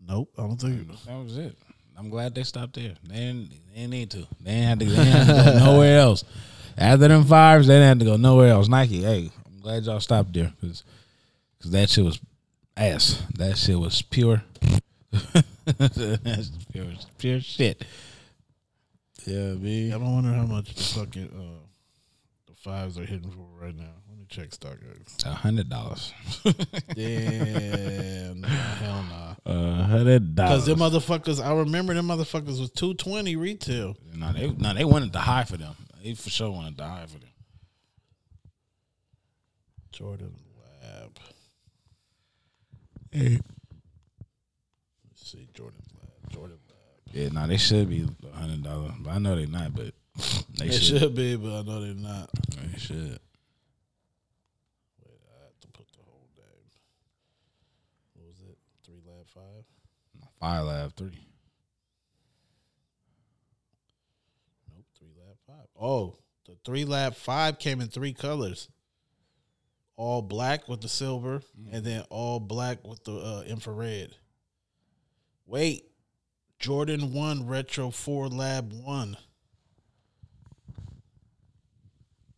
[SPEAKER 1] Nope, I don't think.
[SPEAKER 2] That was it. I'm glad they stopped there. They didn't, they didn't need to. They didn't have to, they didn't have to go [LAUGHS] nowhere else. After them fires, they didn't have to go nowhere else. Nike, hey, I'm glad y'all stopped there because that shit was ass. That shit was pure. [LAUGHS] That's pure, pure shit.
[SPEAKER 1] Yeah, me. I don't wonder how much the fucking uh, the fives are hitting for right now. Let me check StockX.
[SPEAKER 2] A hundred dollars.
[SPEAKER 1] [LAUGHS] Damn, nah, hell nah.
[SPEAKER 2] A hundred
[SPEAKER 1] Because
[SPEAKER 2] dollars.
[SPEAKER 1] them motherfuckers, I remember them motherfuckers was two twenty retail.
[SPEAKER 2] No, they no, they wanted to high for them. They for sure wanted to high for them.
[SPEAKER 1] Jordan Lab. Let's see, Jordan Lab. Jordan Lab.
[SPEAKER 2] Yeah, no, they should be a hundred dollars. But I know they're not. But they,
[SPEAKER 1] They
[SPEAKER 2] should.
[SPEAKER 1] should be, but I know they're not.
[SPEAKER 2] They should.
[SPEAKER 1] Wait, I have to put the whole name. What was it? Three Lab Five?
[SPEAKER 2] Fire Lab Three.
[SPEAKER 1] Nope, Three Lab Five. Oh, the Three Lab Five came in three colors. All black with the silver, and then all black with the uh, infrared. Wait, Jordan One Retro Four Lab One.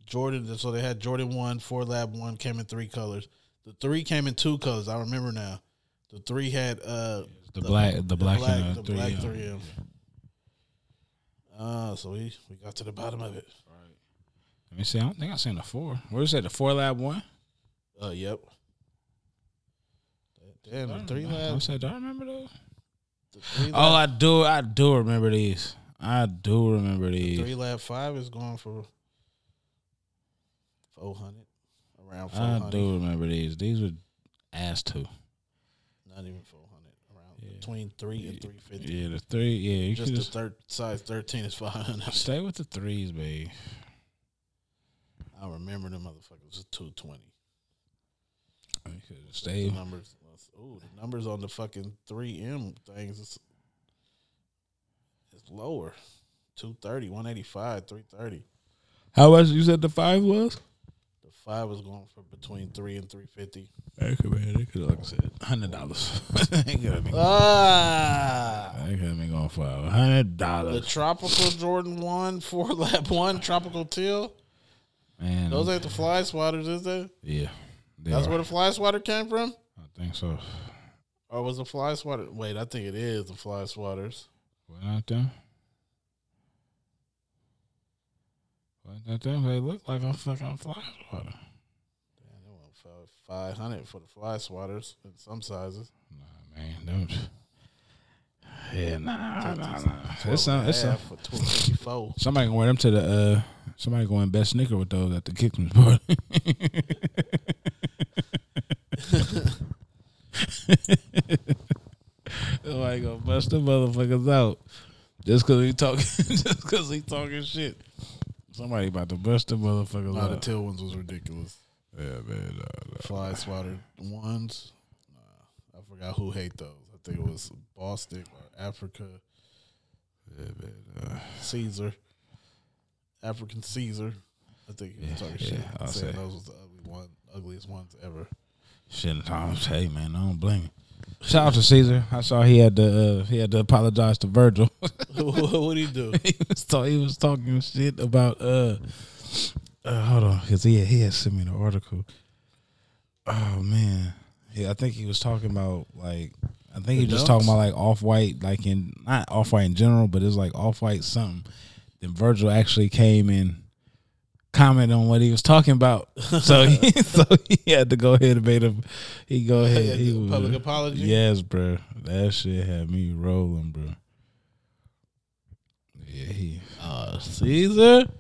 [SPEAKER 1] Jordan, so they had Jordan One, Four Lab One came in three colors. The three came in two colors. I remember now. The three had uh
[SPEAKER 2] The black- the black and the three,
[SPEAKER 1] black
[SPEAKER 2] yeah.
[SPEAKER 1] three M. Ah, so we we got to the bottom of it.
[SPEAKER 2] Let me see. I don't think I seen the four. Where is that? The four lab one.
[SPEAKER 1] Uh, yep. Damn, the three
[SPEAKER 2] I
[SPEAKER 1] labs.
[SPEAKER 2] said, do I remember those?
[SPEAKER 1] The three
[SPEAKER 2] Oh,
[SPEAKER 1] lab,
[SPEAKER 2] I do. I do remember these. I do remember these.
[SPEAKER 1] three lab five is going for four hundred, around four
[SPEAKER 2] I
[SPEAKER 1] hundred.
[SPEAKER 2] do remember these. These were ass two.
[SPEAKER 1] Not even four hundred, around between three and three fifty.
[SPEAKER 2] Yeah, the three. Yeah, you
[SPEAKER 1] Just
[SPEAKER 2] should
[SPEAKER 1] the
[SPEAKER 2] just
[SPEAKER 1] third size thirteen is five hundred. [LAUGHS]
[SPEAKER 2] stay with the threes, babe.
[SPEAKER 1] I remember them motherfuckers was two twenty.
[SPEAKER 2] You could
[SPEAKER 1] The
[SPEAKER 2] Stay.
[SPEAKER 1] numbers, ooh, the numbers on the fucking three M things is, is lower. 230, 185, 330.
[SPEAKER 2] How much you said the five was?
[SPEAKER 1] The five was going for between three and three fifty.
[SPEAKER 2] Okay, man. They could like I said, hundred dollars. [LAUGHS] they could have been.
[SPEAKER 1] Ah,
[SPEAKER 2] They could have been going for a hundred
[SPEAKER 1] the
[SPEAKER 2] dollars.
[SPEAKER 1] tropical Jordan one, [LAUGHS] four lap one, tropical teal.
[SPEAKER 2] Man,
[SPEAKER 1] Those ain't the fly swatters, is they?
[SPEAKER 2] yeah. They
[SPEAKER 1] That's
[SPEAKER 2] are.
[SPEAKER 1] where the fly swatter came from,
[SPEAKER 2] I think so.
[SPEAKER 1] or was the fly swatter? Wait, I think it is the fly swatters.
[SPEAKER 2] Wasn't that them? Wasn't that them? They look like a fucking fly swatter.
[SPEAKER 1] Damn, they went for five hundred for the fly swatters in some sizes.
[SPEAKER 2] Nah, man, them. Yeah, nah, nah, nah. It's a, it's a,
[SPEAKER 1] Half for two fifty four.
[SPEAKER 2] somebody can wear them to the uh. Somebody going best sneaker with those at the Kickman's party. somebody gonna bust the motherfuckers out just cause he talking, [LAUGHS] just cause he talking shit. Somebody about to bust the motherfuckers
[SPEAKER 1] Nah, the
[SPEAKER 2] out.
[SPEAKER 1] teal ones was ridiculous.
[SPEAKER 2] yeah, man. nah, nah.
[SPEAKER 1] Fly swatter ones. Nah, I forgot who hate those. I think it was Boston or Africa.
[SPEAKER 2] Yeah, man. Uh,
[SPEAKER 1] Caesar, African Caesar. I think he was talking
[SPEAKER 2] yeah,
[SPEAKER 1] shit.
[SPEAKER 2] I'll
[SPEAKER 1] saying
[SPEAKER 2] say.
[SPEAKER 1] those was the ugly one, ugliest ones ever. [LAUGHS]
[SPEAKER 2] shit, Thomas. Hey, man, I don't blame you. Shout out to Caesar. I saw he had to uh, he had to apologize to Virgil.
[SPEAKER 1] what he do?
[SPEAKER 2] he was ta- he was talking shit about uh, uh hold on because he had, he had sent me the article. Oh man, yeah, I think he was talking about like I think he was just talking about like off white, like in not off white in general, but it's like off white something. Then Virgil actually came and comment on what he was talking about, so he, [LAUGHS] so he had to go ahead and made him. He go ahead. [LAUGHS] He was,
[SPEAKER 1] Public apology.
[SPEAKER 2] Yes, bro. That shit had me rolling, bro. Yeah, he.
[SPEAKER 1] Uh, Caesar. [LAUGHS]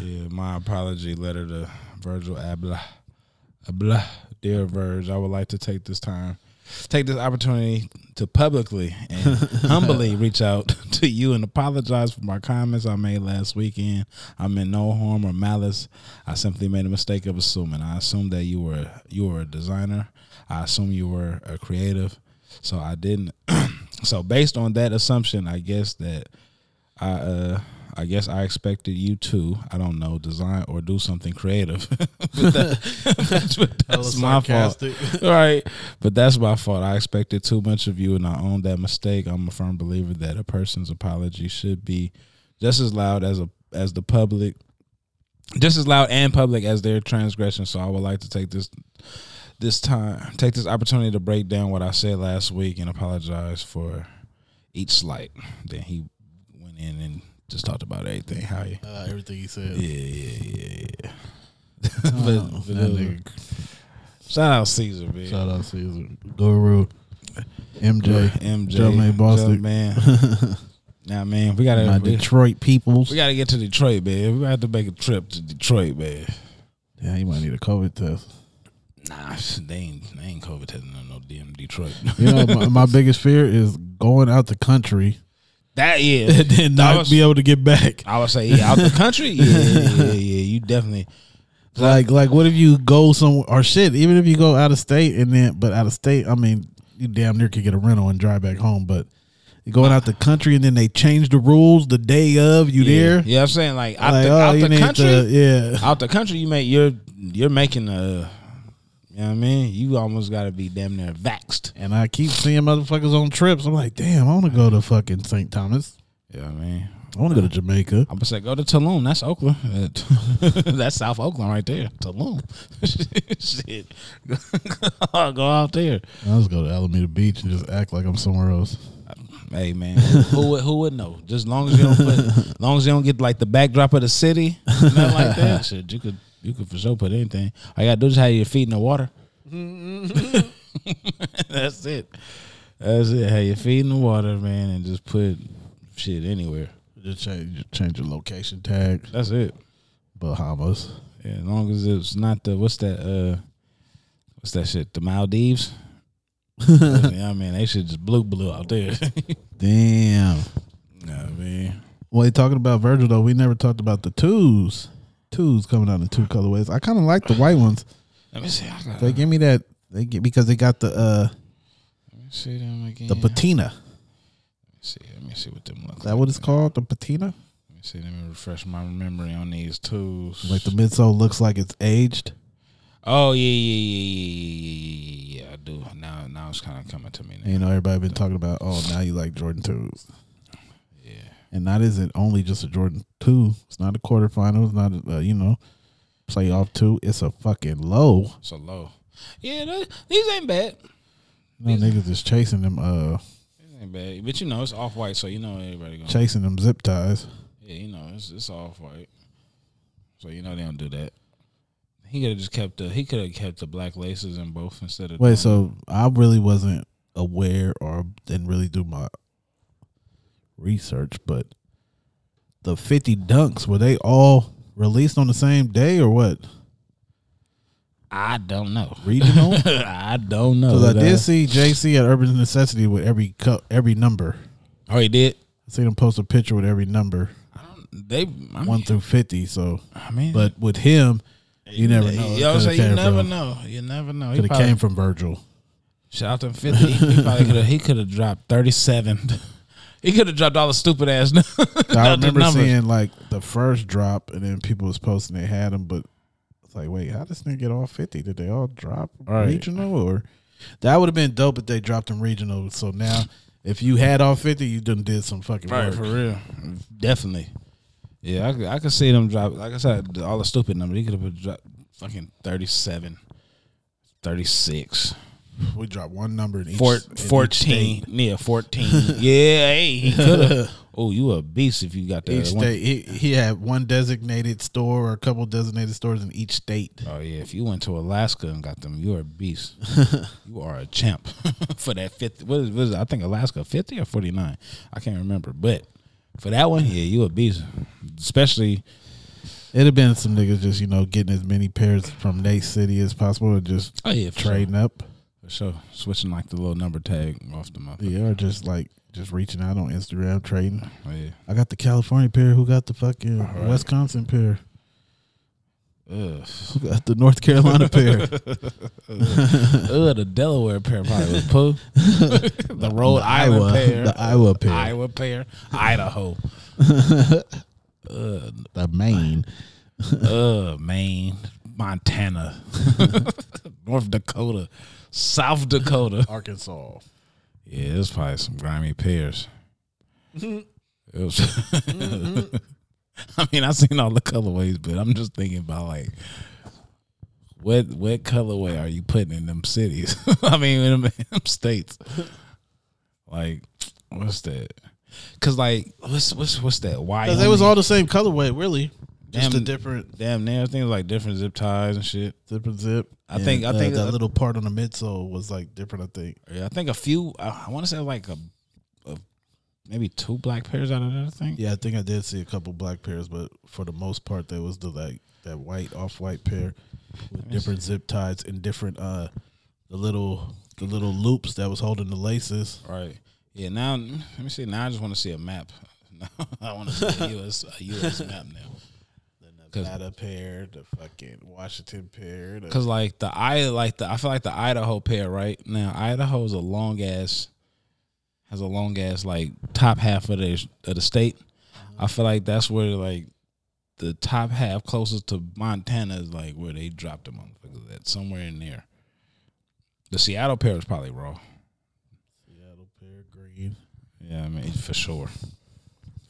[SPEAKER 2] Yeah, my apology letter to Virgil Abla. Abla, dear Virg, I would like to take this time take this opportunity to publicly and humbly reach out [LAUGHS] to you and apologize for my comments I made last weekend. I meant no harm or malice. I simply made a mistake of assuming. I assumed that you were you were a designer. I assumed you were a creative. So I didn't. [CLEARS THROAT] so based on that assumption, I guess that I uh I guess I expected you to, I don't know, design or do something creative. [LAUGHS] but that, [LAUGHS] but that's my
[SPEAKER 1] [LAUGHS]
[SPEAKER 2] fault.
[SPEAKER 6] sarcastic.
[SPEAKER 2] [LAUGHS] right. But that's my fault. I expected too much of you and I owned that mistake. I'm a firm believer that a person's apology should be just as loud as a as the public just as loud and public as their transgression. So I would like to take this this time take this opportunity to break down what I said last week and apologize for each slight. Then he went in and just talked about everything. How he
[SPEAKER 6] Uh, everything he said.
[SPEAKER 2] yeah, yeah, yeah, yeah. [LAUGHS] but, but it was- shout out Caesar, man.
[SPEAKER 1] Shout out Caesar, Guru, MJ,
[SPEAKER 2] MJ,
[SPEAKER 1] Jermaine Bostic. [LAUGHS]
[SPEAKER 2] man. now, man, we
[SPEAKER 1] my
[SPEAKER 2] gotta we,
[SPEAKER 1] Detroit peoples.
[SPEAKER 2] we gotta get to Detroit, man. We have to make a trip to Detroit, man.
[SPEAKER 1] Yeah, you might need a COVID test.
[SPEAKER 2] Nah, they ain't they ain't COVID testing no, no damn Detroit.
[SPEAKER 1] You know, my, my biggest fear is going out the country
[SPEAKER 2] [LAUGHS] that yeah,
[SPEAKER 1] [LAUGHS] and then
[SPEAKER 2] I
[SPEAKER 1] not
[SPEAKER 2] was-
[SPEAKER 1] be able to get back.
[SPEAKER 2] I would say yeah, out the
[SPEAKER 1] [LAUGHS]
[SPEAKER 2] country. Yeah, yeah, yeah, yeah. You definitely
[SPEAKER 1] Like, like, what if you go somewhere or shit? Even if you go out of state and then, but out of state, I mean, you damn near could get a rental and drive back home. But going out the country and then they change the rules the day of you there.
[SPEAKER 2] Yeah, I'm saying like out
[SPEAKER 1] Like,
[SPEAKER 2] the,
[SPEAKER 1] oh,
[SPEAKER 2] out
[SPEAKER 1] you
[SPEAKER 2] the
[SPEAKER 1] need
[SPEAKER 2] country.
[SPEAKER 1] to- yeah.
[SPEAKER 2] out the country, you make you're you're making a. You know what I mean? You almost got to be damn near vaxxed.
[SPEAKER 1] And I keep seeing motherfuckers on trips. I'm like, damn, I want to go to fucking St. Thomas.
[SPEAKER 2] You know what I mean?
[SPEAKER 1] I want to go to Jamaica.
[SPEAKER 2] I'm gonna say go to Tulum. That's Oakland. [LAUGHS] That's South Oakland right there. Tulum. [LAUGHS] Shit. [LAUGHS] go out there.
[SPEAKER 1] I'll just go to Alameda Beach and just act like I'm somewhere else.
[SPEAKER 2] Hey man, who would who would know? Just long as you don't put, [LAUGHS] long as you don't get like the backdrop of the city, nothing like
[SPEAKER 1] [LAUGHS]
[SPEAKER 2] that. Shit, you could you could for sure put anything. All you gotta do is have your feet in the water. [LAUGHS] That's it. That's it. Have your feet in the water, man, and just put shit anywhere.
[SPEAKER 1] Just change, change your location tag.
[SPEAKER 2] That's it.
[SPEAKER 1] Bahamas.
[SPEAKER 2] Yeah, as long as it's not the what's that uh what's that shit?
[SPEAKER 1] [LAUGHS]
[SPEAKER 2] The Maldives. yeah, I mean they should just blue blue
[SPEAKER 1] [LAUGHS]
[SPEAKER 2] out there.
[SPEAKER 1] Damn.
[SPEAKER 2] nah, man.
[SPEAKER 1] Well, you talking about Virgil though. We never talked about the twos. Twos coming out in two colorways. I kind of like the white ones.
[SPEAKER 2] Let me see. I got,
[SPEAKER 1] They give me that. They get because they got the uh
[SPEAKER 2] let me see them again.
[SPEAKER 1] the patina.
[SPEAKER 2] see, let me see what them
[SPEAKER 1] Is
[SPEAKER 2] look like.
[SPEAKER 1] that what it's called? The patina.
[SPEAKER 2] Let me see. Let me refresh my memory on these tools.
[SPEAKER 1] Like the midsole looks like it's aged.
[SPEAKER 2] oh yeah, yeah, yeah, yeah, yeah, yeah, yeah, yeah. I do now. Now it's kind of coming to me. Now.
[SPEAKER 1] You know, everybody been talking about. Oh, now you like Jordan twos.
[SPEAKER 2] Yeah,
[SPEAKER 1] and that isn't only just a Jordan two. It's not a quarterfinal. It's not a, uh, you know playoff two. It's a fucking low.
[SPEAKER 2] so low. Yeah, th- these ain't bad.
[SPEAKER 1] No niggas is chasing them. Uh,
[SPEAKER 2] These ain't bad. But you know, it's off white, so you know everybody going. to
[SPEAKER 1] chasing them zip ties.
[SPEAKER 2] Yeah, you know, it's it's off white. So you know they don't do that. He could have just kept the he could have kept the black laces in both instead of doing-
[SPEAKER 1] Wait, so I really wasn't aware or didn't really do my research, but the fifty dunks were they all released on the same day or what?
[SPEAKER 2] I don't know.
[SPEAKER 1] Regional?
[SPEAKER 2] [LAUGHS] I don't know.
[SPEAKER 1] Because I
[SPEAKER 2] Uh,
[SPEAKER 1] did see JC at Urban Necessity with every co- every number.
[SPEAKER 2] Oh, he did.
[SPEAKER 1] I seen him post a picture with every number
[SPEAKER 2] I don't. They I mean,
[SPEAKER 1] one through fifty. So
[SPEAKER 2] I mean,
[SPEAKER 1] But with him, you never know.
[SPEAKER 2] You, know what I'm
[SPEAKER 1] Could've
[SPEAKER 2] saying? you
[SPEAKER 1] came
[SPEAKER 2] never
[SPEAKER 1] from-
[SPEAKER 2] know. You never know. He
[SPEAKER 1] Could've
[SPEAKER 2] probably,
[SPEAKER 1] came from
[SPEAKER 2] [LAUGHS]
[SPEAKER 1] Virgil.
[SPEAKER 2] shout out to him fifty. He probably could have. He could have dropped thirty seven. [LAUGHS] he could have dropped all the stupid ass. [LAUGHS] n-
[SPEAKER 1] I
[SPEAKER 2] numbers.
[SPEAKER 1] remember seeing like the first drop, and then people was posting they had him, but it's like, wait, how this nigga get all fifty? Did they all drop
[SPEAKER 2] Right.
[SPEAKER 1] regional or? That would have been dope if they dropped them regional. So now, if you had all fifty, you done did some fucking
[SPEAKER 2] Right
[SPEAKER 1] work.
[SPEAKER 2] for real. Definitely. Yeah, I could, I could see them drop. Like I said, all the stupid numbers. He could have dropped fucking 37, 36,
[SPEAKER 1] We dropped one number in each.
[SPEAKER 2] four,
[SPEAKER 1] in each
[SPEAKER 2] 14.
[SPEAKER 1] state.
[SPEAKER 2] Yeah, 14. [LAUGHS] yeah, hey, he could [LAUGHS] have. Oh, you a beast if you got that.
[SPEAKER 1] Each
[SPEAKER 2] one.
[SPEAKER 1] state, he, he had one designated store or a couple designated stores in each state.
[SPEAKER 2] Oh yeah, if you went to Alaska and got them, you're a [LAUGHS] beast. you are a champ [LAUGHS] for that fifty. What is, what is it? I think Alaska fifty or forty nine? I can't remember, but for that one, yeah, you a beast. Especially
[SPEAKER 1] It'd have been some niggas just you know getting as many pairs from Nate City as possible and just
[SPEAKER 2] oh yeah,
[SPEAKER 1] trading up.
[SPEAKER 2] for So switching like the little number tag off the mother.
[SPEAKER 1] Yeah, or just like just reaching out on Instagram trading.
[SPEAKER 2] Oh, Yeah.
[SPEAKER 1] I got the California pair. Who got the fucking Wisconsin pair?
[SPEAKER 2] Ugh.
[SPEAKER 1] Who got the North Carolina pair?
[SPEAKER 2] Ugh, the Delaware pair probably was [LAUGHS] poo. the Rhode Island
[SPEAKER 1] Iowa,
[SPEAKER 2] pair.
[SPEAKER 1] the Iowa pair,
[SPEAKER 2] Iowa pair. Idaho.
[SPEAKER 1] the Maine.
[SPEAKER 2] Ugh, Maine. Montana. [LAUGHS] North Dakota. South Dakota.
[SPEAKER 6] Arkansas.
[SPEAKER 2] Yeah, there's probably some grimy pairs. It was- [LAUGHS] I mean, I've seen all the colorways, but I'm just thinking about like what what colorway are you putting in them cities? [LAUGHS] I mean, in them, them states. Like, what's that? Cause like, what's what's what's that? Why
[SPEAKER 6] Because they was all the same colorway, really. Just
[SPEAKER 2] Damn.
[SPEAKER 6] a different,
[SPEAKER 2] damn near things like different zip ties and shit.
[SPEAKER 6] different zip.
[SPEAKER 2] I think- I
[SPEAKER 6] uh,
[SPEAKER 2] think-
[SPEAKER 6] that little part on the midsole was like different. I think.
[SPEAKER 2] Yeah, I think a few. I, I want to say like a, a maybe two black pairs out of that thing.
[SPEAKER 6] Yeah, I think I did see a couple black pairs, but for the most part, there was the like that white off white pair with different zip ties and different uh the little the little loops that was holding the laces.
[SPEAKER 2] Right. Yeah. Now let me see. Now I just want to see a map. [LAUGHS] I want to see a US a US map now.
[SPEAKER 6] The Nevada pair, the fucking Washington pair. The,
[SPEAKER 2] Cause like the I like the I feel like the Idaho pair right now. Idaho's a long ass has a long ass like top half of the of the state. I feel like that's where like the top half closest to Montana is like where they dropped the motherfuckers at somewhere in there. The Seattle pair is probably raw.
[SPEAKER 6] Seattle pair, green.
[SPEAKER 2] Yeah, I mean for sure,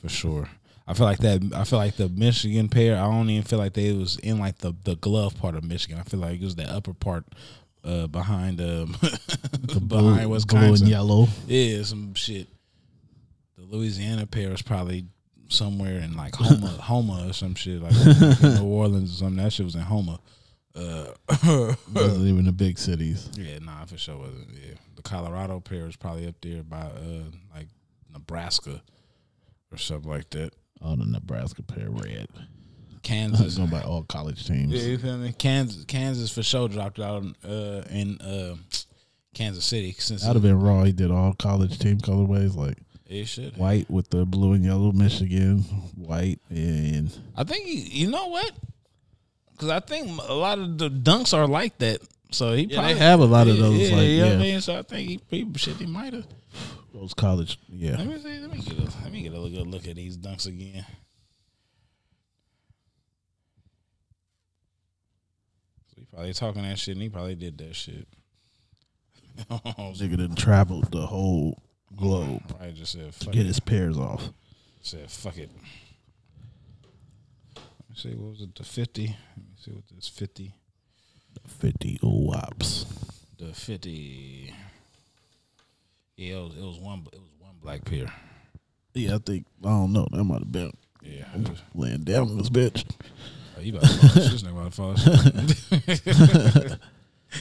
[SPEAKER 2] for sure. I feel like that. I feel like the Michigan pair. I don't even feel like they was in like the the glove part of Michigan. I feel like it was the upper part uh, behind um, [LAUGHS] behind
[SPEAKER 1] blue and
[SPEAKER 2] Wisconsin. [LAUGHS]
[SPEAKER 1] yellow.
[SPEAKER 2] Yeah, some shit. The Louisiana pair is probably somewhere in like [LAUGHS] Homa, Homa or some shit like New Orleans or something. That shit was in Homa. Uh,
[SPEAKER 1] Wasn't even the big cities.
[SPEAKER 2] Yeah, nah, for sure wasn't. Yeah, the Colorado pair is probably up there by uh like Nebraska or something like that.
[SPEAKER 1] All the Nebraska pair red. I was
[SPEAKER 2] Kansas,
[SPEAKER 1] going by all college teams.
[SPEAKER 2] yeah, you feel me? Kansas, Kansas for sure dropped out uh, in uh, Kansas City since
[SPEAKER 1] That'd have been raw. He did all college team colorways, like
[SPEAKER 2] it should.
[SPEAKER 1] white with the blue and yellow, Michigan, white and
[SPEAKER 2] I think you, you know what? Because I think a lot of the dunks are like that. So he
[SPEAKER 1] they
[SPEAKER 2] probably
[SPEAKER 1] have a lot of those,
[SPEAKER 2] Yeah,
[SPEAKER 1] like,
[SPEAKER 2] you know what I
[SPEAKER 1] yeah.
[SPEAKER 2] mean. So I think he, he shit. He might have.
[SPEAKER 1] those college. Yeah,
[SPEAKER 2] Let me see. Let me get a let me get a good look at these dunks again. So he probably talking that shit, and he probably did that shit. [LAUGHS]
[SPEAKER 1] nigga done traveled the whole globe
[SPEAKER 2] probably just
[SPEAKER 1] to
[SPEAKER 2] said fuck
[SPEAKER 1] get
[SPEAKER 2] it.
[SPEAKER 1] his pairs off.
[SPEAKER 2] Said fuck it. Let me see what was it the fifty? Let me see what this fifty.
[SPEAKER 1] Fifty wops.
[SPEAKER 2] The fifty. Yeah, it was, it was one. It was one black pair.
[SPEAKER 1] Yeah, I think I don't know. That might have been
[SPEAKER 2] Yeah. it was-
[SPEAKER 1] laying down on this bitch.
[SPEAKER 2] Oh, you about to fall asleep. This nigga about to fall asleep.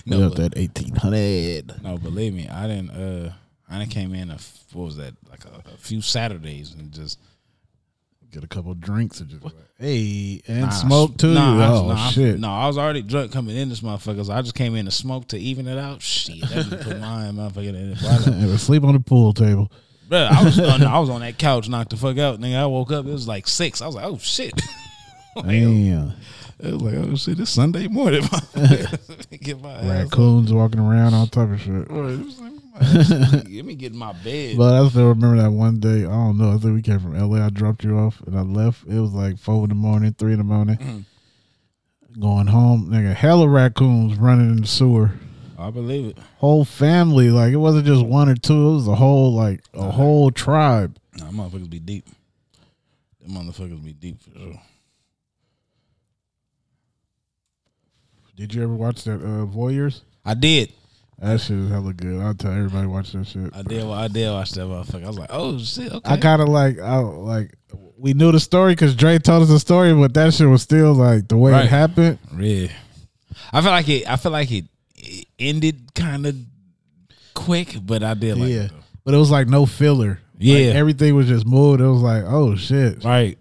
[SPEAKER 1] we
[SPEAKER 2] no,
[SPEAKER 1] up
[SPEAKER 2] but,
[SPEAKER 1] that eighteen hundred.
[SPEAKER 2] [LAUGHS] no, believe me, I didn't. Uh, I didn't came in a f- what was that like a, a few Saturdays and just
[SPEAKER 1] Get a couple drinks and just like, [LAUGHS] hey and
[SPEAKER 2] Nah,
[SPEAKER 1] smoke too.
[SPEAKER 2] nah, I was-
[SPEAKER 1] oh
[SPEAKER 2] nah, I-
[SPEAKER 1] shit!
[SPEAKER 2] No, I was already drunk coming in this motherfucker. So I just came in to smoke to even it out. Shit, that just put my [LAUGHS] motherfucker in it. Why
[SPEAKER 1] [LAUGHS]
[SPEAKER 2] not?
[SPEAKER 1] And we sleep on the pool
[SPEAKER 2] [LAUGHS]
[SPEAKER 1] table.
[SPEAKER 2] Bro, I was on, I was on that couch, knocked the fuck out. Nigga, I woke up. It was like six. I was like, oh shit.
[SPEAKER 1] Damn,
[SPEAKER 2] [LAUGHS] It was like, oh shit, it's Sunday morning. [LAUGHS] Get my ass up.
[SPEAKER 1] raccoons walking around, all type of shit.
[SPEAKER 2] Bro, it was like, [LAUGHS] let me get in my bed.
[SPEAKER 1] But I still remember that one day. I don't know. I think we came from LA. I dropped you off and I left. It was like four in the morning, three in the morning.
[SPEAKER 2] Mm-hmm.
[SPEAKER 1] Going home, nigga, hella raccoons running in the sewer.
[SPEAKER 2] I believe it.
[SPEAKER 1] Whole family, like it wasn't just one or two. It was a whole, like
[SPEAKER 2] Uh-huh.
[SPEAKER 1] a whole tribe.
[SPEAKER 2] Nah, them motherfuckers be deep. Them motherfuckers be deep for sure.
[SPEAKER 1] Did you ever watch that uh, Voyeurs?
[SPEAKER 2] I did.
[SPEAKER 1] That shit is hella good. I'll tell everybody watch that shit.
[SPEAKER 2] I did. I did watch that motherfucker. I was like, oh shit. Okay.
[SPEAKER 1] I kind of like, I like, we knew the story because Dre told us the story, but that shit was still like the way
[SPEAKER 2] Right.
[SPEAKER 1] it happened.
[SPEAKER 2] yeah. I feel like it. I feel like it, it ended kind of quick, but I did like.
[SPEAKER 1] yeah.
[SPEAKER 2] It though.
[SPEAKER 1] But it was like no filler. Like,
[SPEAKER 2] Yeah.
[SPEAKER 1] everything was just moved. It was like, oh shit.
[SPEAKER 2] Right.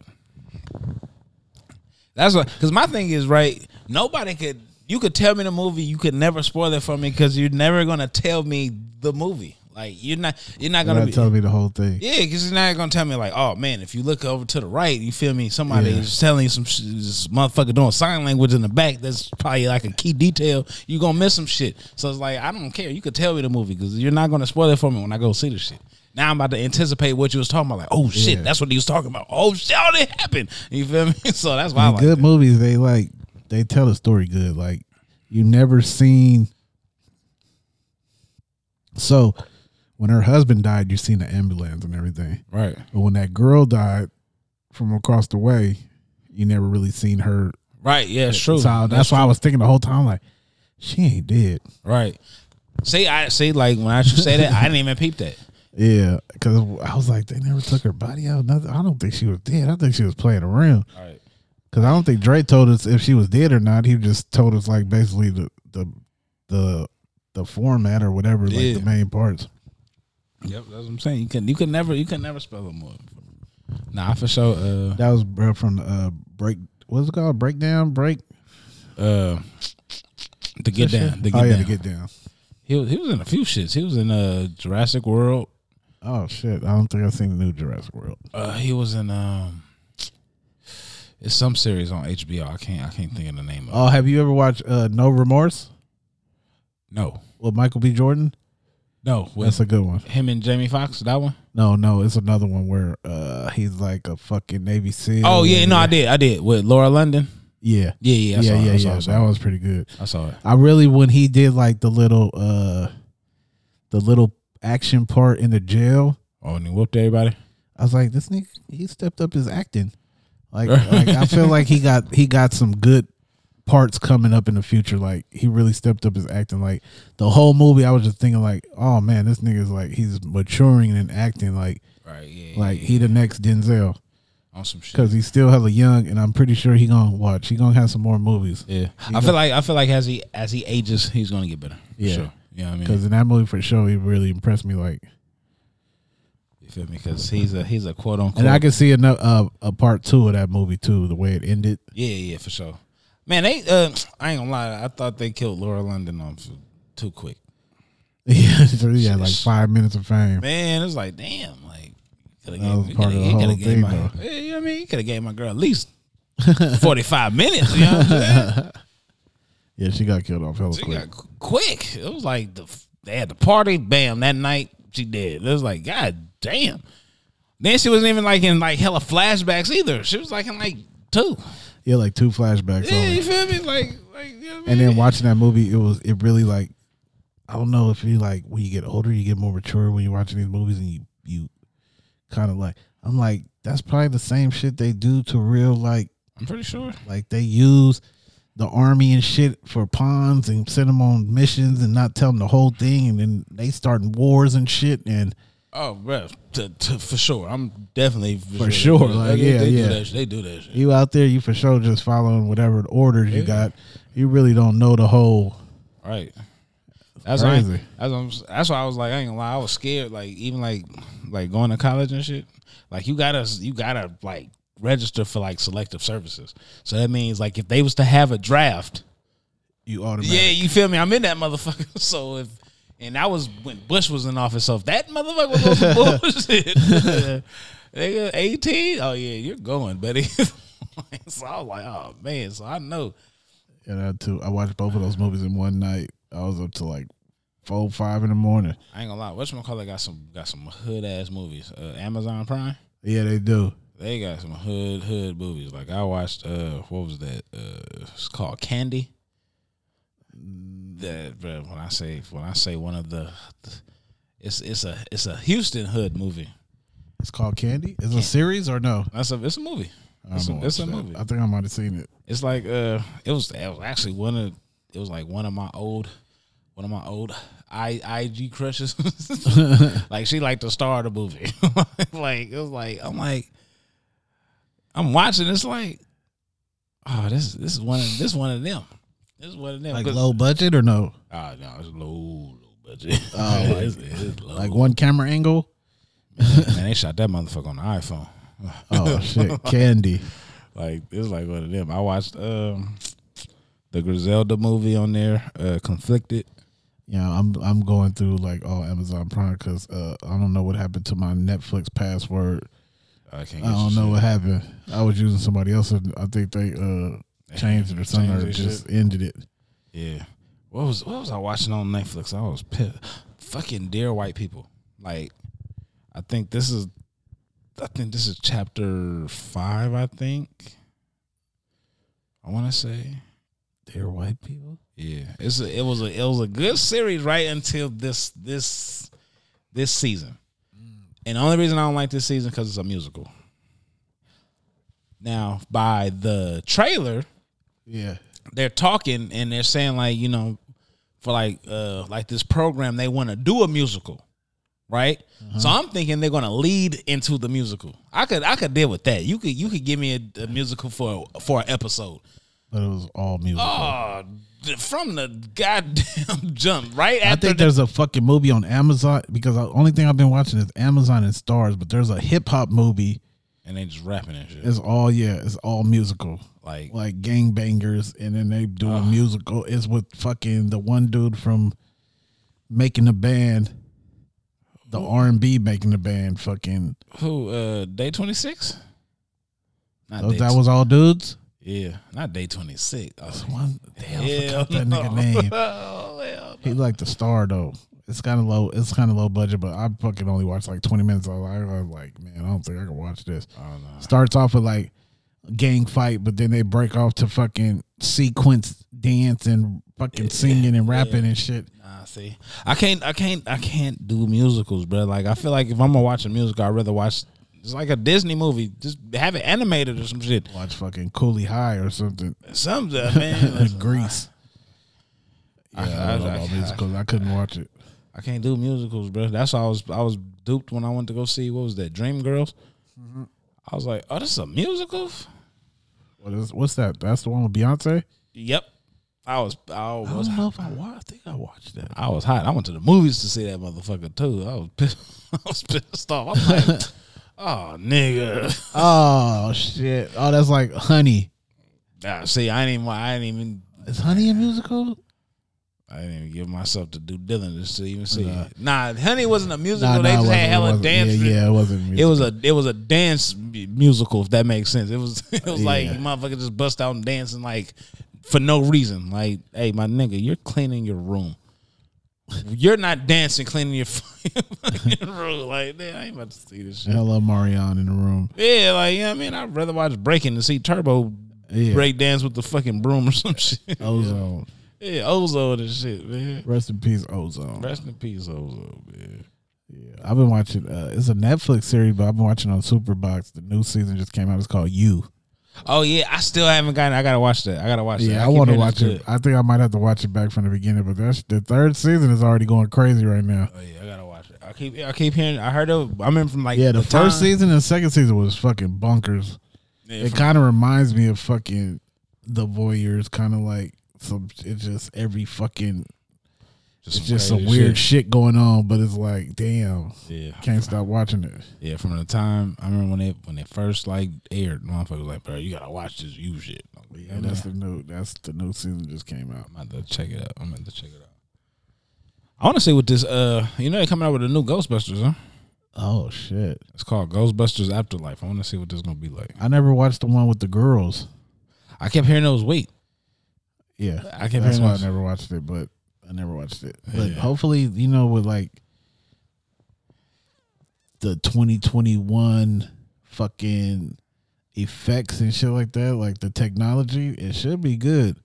[SPEAKER 2] That's what. Because my thing is right. Nobody could. you could tell me the movie, you could never spoil it for me because you're never gonna tell me the movie. Like you're not, you're not
[SPEAKER 1] You're
[SPEAKER 2] gonna
[SPEAKER 1] not
[SPEAKER 2] be,
[SPEAKER 1] telling me the whole thing.
[SPEAKER 2] yeah, because you're not gonna tell me like, oh man, if you look over to the right, you feel me? Somebody is telling you some sh- this motherfucker doing sign language in the back. That's probably like a key detail. You gonna miss some shit. So it's like I don't care. You could tell me the movie because you're not gonna spoil it for me when I go see the shit. Now I'm about to anticipate what you was talking about. Like, oh shit,
[SPEAKER 1] Yeah.
[SPEAKER 2] that's what he was talking about. Oh shit, all that happened. You feel me? [LAUGHS] So that's why I
[SPEAKER 1] The
[SPEAKER 2] like
[SPEAKER 1] good
[SPEAKER 2] that.
[SPEAKER 1] movies, they like they tell the story good. Like you never seen. So, when her husband died, you seen the ambulance and everything.
[SPEAKER 2] right.
[SPEAKER 1] But when that girl died from across the way, you never really seen her.
[SPEAKER 2] Right. Yeah, it's true.
[SPEAKER 1] So that's, why I was thinking the whole time, like, she ain't dead.
[SPEAKER 2] Right. See, I see. Like when I [LAUGHS] say that, I didn't even peep that.
[SPEAKER 1] Yeah, because I was like, they never took her body out. Nothing. I don't think she was dead. I think she was playing around.
[SPEAKER 2] All right.
[SPEAKER 1] Because I don't think Dre told us if she was dead or not. He just told us like basically the the the the format or whatever,
[SPEAKER 2] Yeah.
[SPEAKER 1] like the main parts.
[SPEAKER 2] Yep, that's what I'm saying. You can you can never you can never spell a movie. Nah, for sure. Uh,
[SPEAKER 1] That was uh, from the, uh break. What's it called? Breakdown. Break.
[SPEAKER 2] uh, to get down, to get
[SPEAKER 1] oh yeah,
[SPEAKER 2] down.
[SPEAKER 1] to get down.
[SPEAKER 2] he was, he was in a few shits. He was in uh Jurassic World.
[SPEAKER 1] Oh shit! I don't think I've seen the new Jurassic World.
[SPEAKER 2] Uh, he was in um, it's some series on HBO. I can't I can't think of the name of. it.
[SPEAKER 1] Oh, have you ever watched uh No Remorse
[SPEAKER 2] No,
[SPEAKER 1] with Michael B. Jordan?
[SPEAKER 2] no,
[SPEAKER 1] That's
[SPEAKER 2] with
[SPEAKER 1] a good one.
[SPEAKER 2] him and Jamie Foxx. That one.
[SPEAKER 1] No, no, it's another one where uh he's like a fucking Navy SEAL.
[SPEAKER 2] Oh yeah,
[SPEAKER 1] and-
[SPEAKER 2] no, I did, I did with Laura London.
[SPEAKER 1] Yeah,
[SPEAKER 2] Yeah, yeah,
[SPEAKER 1] yeah,
[SPEAKER 2] I saw it,
[SPEAKER 1] yeah,
[SPEAKER 2] I saw
[SPEAKER 1] yeah.
[SPEAKER 2] it, I saw
[SPEAKER 1] That
[SPEAKER 2] it.
[SPEAKER 1] was pretty good.
[SPEAKER 2] I saw it.
[SPEAKER 1] I really when he did like the little uh the little action part in the jail,
[SPEAKER 2] Oh, and he whooped everybody.
[SPEAKER 1] I was like, this nigga he stepped up his acting.
[SPEAKER 2] [LAUGHS]
[SPEAKER 1] Like, like I feel like he got he got some good parts coming up in the future. Like he really stepped up his acting. Like the whole movie I was just thinking like, oh man, this nigga's like he's maturing and acting like
[SPEAKER 2] Right. Yeah. yeah,
[SPEAKER 1] like
[SPEAKER 2] yeah.
[SPEAKER 1] he the next Denzel.
[SPEAKER 2] on some shit.
[SPEAKER 1] Cause he's still hella young and I'm pretty sure he gonna watch. He gonna have some more movies.
[SPEAKER 2] Yeah, I feel like I feel like as he as he ages, he's gonna get better.
[SPEAKER 1] Yeah.
[SPEAKER 2] sure. you know what I mean.
[SPEAKER 1] Cause in that movie for sure he really impressed me like
[SPEAKER 2] You feel me? Because he's a he's a quote unquote.
[SPEAKER 1] And I can see another uh, a part two of that movie too, the way it ended. [LAUGHS]
[SPEAKER 2] yeah, yeah, for sure. Man, they uh, I ain't gonna lie. I thought they killed Laura London on f- too quick.
[SPEAKER 1] yeah, so he had like five minutes of fame.
[SPEAKER 2] Man, it's like damn, like could have
[SPEAKER 1] That was
[SPEAKER 2] gave,
[SPEAKER 1] part of the
[SPEAKER 2] coulda
[SPEAKER 1] whole
[SPEAKER 2] gave
[SPEAKER 1] thing,
[SPEAKER 2] my,
[SPEAKER 1] though.
[SPEAKER 2] yeah, you know what I mean, he could have gave my girl at least forty five minutes. You know
[SPEAKER 1] [LAUGHS]
[SPEAKER 2] what I'm saying?
[SPEAKER 1] Yeah, she got killed off hella
[SPEAKER 2] She
[SPEAKER 1] quick.
[SPEAKER 2] got qu- quick. It was like the f- they had the party. Bam, that night she dead. It was like God damn. Then she wasn't even like in like hella flashbacks either. She was like in like two.
[SPEAKER 1] Yeah, like two flashbacks.
[SPEAKER 2] Yeah,
[SPEAKER 1] only.
[SPEAKER 2] you feel me? Like, like you know what I
[SPEAKER 1] And
[SPEAKER 2] mean?
[SPEAKER 1] then watching that movie, it was it really like I don't know if you like when you get older, you get more mature when you're watching these movies, and you you kind of like I'm like that's probably the same shit they do to real like
[SPEAKER 2] I'm pretty sure.
[SPEAKER 1] like they use the army and shit for pawns and send them on missions and not tell them the whole thing, and then they starting wars and shit and.
[SPEAKER 2] Oh, bro, t- t- for sure. I'm definitely for,
[SPEAKER 1] For
[SPEAKER 2] they
[SPEAKER 1] sure,
[SPEAKER 2] do that.
[SPEAKER 1] like,
[SPEAKER 2] they,
[SPEAKER 1] yeah,
[SPEAKER 2] they
[SPEAKER 1] yeah.
[SPEAKER 2] Do that, shit. they do that. Shit.
[SPEAKER 1] you out there, you for sure just following whatever orders you got. You really don't know the whole.
[SPEAKER 2] Right. That's why I-
[SPEAKER 1] Crazy.
[SPEAKER 2] that's what I'm, s- that's why I was like, I ain't gonna lie, I was scared. Like even like like going to college and shit. Like you gotta you gotta like register for like selective services. So that means like if they was to have a draft,
[SPEAKER 1] You automatic.
[SPEAKER 2] yeah, you feel me? I'm in that motherfucker. [LAUGHS] So if and that was when Bush was in office. So if that motherfucker was on some [LAUGHS] bullshit, [LAUGHS] nigga, 18. Oh yeah, you're going, buddy. [LAUGHS] so I was like, oh man. So I know.
[SPEAKER 1] Yeah, that too. I watched both of those movies in one night. I was up to like four, five in the morning.
[SPEAKER 2] I ain't gonna lie. What's my color got some got some hood ass movies. Uh, Amazon Prime.
[SPEAKER 1] Yeah, they do.
[SPEAKER 2] They got some hood hood movies. Like I watched uh what was that? Uh it's called Candy. That bruh, when I say when I say one of the it's it's a it's a Houston hood movie.
[SPEAKER 1] It's called Candy. Is it a series or no?
[SPEAKER 2] That's a it's a movie. It's
[SPEAKER 1] I'm
[SPEAKER 2] a,
[SPEAKER 1] gonna
[SPEAKER 2] it's a
[SPEAKER 1] watch that.
[SPEAKER 2] movie.
[SPEAKER 1] I think I might have seen it.
[SPEAKER 2] It's like uh it was it was actually one of it was like one of my old one of my old I IG crushes. [LAUGHS] like she like the star of the movie. [LAUGHS] like it was like I'm like I'm watching it's like oh this this is one of this one of them. This is one of them.
[SPEAKER 1] Like
[SPEAKER 2] 'Cause-
[SPEAKER 1] low budget or no?
[SPEAKER 2] oh no, it's low, low budget.
[SPEAKER 1] Oh,
[SPEAKER 2] [LAUGHS] it's, it's
[SPEAKER 1] [LAUGHS]
[SPEAKER 2] low.
[SPEAKER 1] Like one camera
[SPEAKER 2] [LAUGHS]
[SPEAKER 1] angle.
[SPEAKER 2] man, they shot that motherfucker on the iPhone.
[SPEAKER 1] Oh shit, Candy.
[SPEAKER 2] Like it's like one of them. I watched um the Griselda movie on there, uh, Conflicted.
[SPEAKER 1] Yeah, I'm I'm going through like all Amazon Prime because uh, I don't know what happened to my Netflix password.
[SPEAKER 2] I can't.
[SPEAKER 1] I don't know what happened. I was using somebody else, and I think they uh
[SPEAKER 2] [LAUGHS]
[SPEAKER 1] changed it or something, or
[SPEAKER 2] Changed it,
[SPEAKER 1] just ended it.
[SPEAKER 2] Yeah. What was what was I watching on Netflix? I was pissed. Fucking dear white people. Like, I think this is, I think this is chapter five. I think. I want to say, dear white people. Yeah, it's a, it was a it was a good series right until this this this season.
[SPEAKER 1] Mm.
[SPEAKER 2] And the only reason I don't like this season because it's a musical. Now, by the trailer,
[SPEAKER 1] Yeah,
[SPEAKER 2] they're talking and they're saying like you know for like uh like this program they want to do a musical right so
[SPEAKER 1] Uh-huh.
[SPEAKER 2] i'm thinking they're gonna lead into the musical i could i could deal with that you could you could give me a, a musical for for an episode
[SPEAKER 1] but it was all music.
[SPEAKER 2] oh d- from the goddamn [LAUGHS] jump right
[SPEAKER 1] I
[SPEAKER 2] after
[SPEAKER 1] think
[SPEAKER 2] the-
[SPEAKER 1] there's a fucking movie on Amazon because the only thing I've been watching is Amazon and Stars. But there's a hip hop movie.
[SPEAKER 2] and they just rapping and shit
[SPEAKER 1] It's all yeah, it's all musical,
[SPEAKER 2] like
[SPEAKER 1] like gangbangers, and then they do
[SPEAKER 2] Ah.
[SPEAKER 1] a musical. It's with fucking the one dude from making the band, the R and B making the band. Fucking
[SPEAKER 2] who uh day 26 not
[SPEAKER 1] oh,
[SPEAKER 2] day
[SPEAKER 1] that
[SPEAKER 2] t-
[SPEAKER 1] was all dudes.
[SPEAKER 2] yeah not day 26 oh,
[SPEAKER 1] One damn, I
[SPEAKER 2] [LAUGHS] hell
[SPEAKER 1] forgot that nigga
[SPEAKER 2] no.
[SPEAKER 1] name.
[SPEAKER 2] Oh, hell
[SPEAKER 1] He like the star though. It's kind of low. It's kind of low budget, but I fucking only watched like twenty minutes. I was like, I was like, man, I don't think I can watch this. Starts off with like gang fight, but then they break off to fucking sequence dance and fucking singing and rapping and shit.
[SPEAKER 2] Nah, see, I can't, I can't, I can't do musicals, bro. Like, I feel like if I'm gonna watch a musical, I'd rather watch. It's like a Disney movie. Just have it animated or some shit.
[SPEAKER 1] Watch fucking Cooley High or something.
[SPEAKER 2] Some man. listen,
[SPEAKER 1] Grease.
[SPEAKER 2] I,
[SPEAKER 1] [LAUGHS] Yeah, I,
[SPEAKER 2] I,
[SPEAKER 1] don't know
[SPEAKER 2] I-
[SPEAKER 1] about musicals. I couldn't watch it.
[SPEAKER 2] I can't do musicals, bro. That's why I was, I was duped when I went to go see what was that Dream Girls.
[SPEAKER 1] Mm-hmm.
[SPEAKER 2] I was like, oh, this is a musical.
[SPEAKER 1] What is what's that? That's the one with Beyonce.
[SPEAKER 2] Yep. I was, I was,
[SPEAKER 1] don't know if I watched. I think I watched that.
[SPEAKER 2] I was hot. I went to the movies to see that motherfucker too. I was pissed, [LAUGHS] I was pissed off. I'm
[SPEAKER 1] [LAUGHS]
[SPEAKER 2] like, oh nigga.
[SPEAKER 1] Oh shit! Oh, that's like Honey.
[SPEAKER 2] Nah, see, I ain't even. I ain't even.
[SPEAKER 1] Is Honey a musical?
[SPEAKER 2] I didn't even give myself the due diligence to even see. it. Nah, Honey wasn't a musical.
[SPEAKER 1] Nah,
[SPEAKER 2] they
[SPEAKER 1] nah, it
[SPEAKER 2] just
[SPEAKER 1] wasn't-
[SPEAKER 2] had
[SPEAKER 1] it
[SPEAKER 2] hella
[SPEAKER 1] wasn't.
[SPEAKER 2] dance.
[SPEAKER 1] Yeah, yeah, it wasn't.
[SPEAKER 2] It
[SPEAKER 1] musical.
[SPEAKER 2] was a it was a dance mu- musical, if that makes sense. It was [LAUGHS] it was like
[SPEAKER 1] Yeah.
[SPEAKER 2] motherfucker just bust out and dancing like for no reason. Like, hey, my nigga, you're cleaning your room. You're not dancing, cleaning your [LAUGHS] fucking room. Like, man, I ain't about to see this shit.
[SPEAKER 1] Hello, Marion in the room.
[SPEAKER 2] Yeah, like, you know what I mean? I'd rather watch Breaking than see Turbo
[SPEAKER 1] Yeah.
[SPEAKER 2] break dance with the fucking broom or some [LAUGHS] shit.
[SPEAKER 1] Ozone.
[SPEAKER 2] Yeah, Ozo and shit, man.
[SPEAKER 1] Rest in peace, Ozone.
[SPEAKER 2] Rest in peace, Ozo, man.
[SPEAKER 1] Yeah. I've been watching. Uh, it's a Netflix series, but I've been watching on Superbox. The new season just came out. It's called You.
[SPEAKER 2] Oh yeah, I still haven't gotten. I gotta watch that. I gotta watch that.
[SPEAKER 1] Yeah, I,
[SPEAKER 2] keep
[SPEAKER 1] want to
[SPEAKER 2] hearing it's
[SPEAKER 1] watch it.
[SPEAKER 2] good.
[SPEAKER 1] I think I might have to watch it back from the beginning, but that's the third season is already going crazy right now.
[SPEAKER 2] Oh yeah, I gotta watch it. I keep. I keep hearing. I heard of. I remember from like
[SPEAKER 1] Yeah, the, first
[SPEAKER 2] time-
[SPEAKER 1] season and second season was fucking bunkers.
[SPEAKER 2] Yeah,
[SPEAKER 1] It
[SPEAKER 2] from-
[SPEAKER 1] kind of reminds me of fucking The Voyeurs, kind of like some. It's just every fucking.
[SPEAKER 2] just,
[SPEAKER 1] It's just
[SPEAKER 2] crazy
[SPEAKER 1] some weird shit going on, but it's like, damn,
[SPEAKER 2] shit. Yeah,
[SPEAKER 1] can't stop watching it.
[SPEAKER 2] yeah. From the time I remember when it when it first like aired, motherfucker was like, "Bro, you gotta watch this you shit." I'm like,
[SPEAKER 1] Yeah, that's the new. That's the new season just came out.
[SPEAKER 2] I'm about to check it out. I'm about to check it out. I want to see what this. Uh, you know they're coming out with a new Ghostbusters, huh?
[SPEAKER 1] Oh shit!
[SPEAKER 2] It's called Ghostbusters Afterlife. I want to see what this gonna be like.
[SPEAKER 1] I never watched the one with the girls.
[SPEAKER 2] I kept hearing those weight.
[SPEAKER 1] Yeah,
[SPEAKER 2] I can't
[SPEAKER 1] That's
[SPEAKER 2] remember
[SPEAKER 1] why I
[SPEAKER 2] those.
[SPEAKER 1] never watched it, but I never watched it. But
[SPEAKER 2] Yeah.
[SPEAKER 1] hopefully, you know, with like the 2021 fucking effects and shit like that, like the technology, it should be good.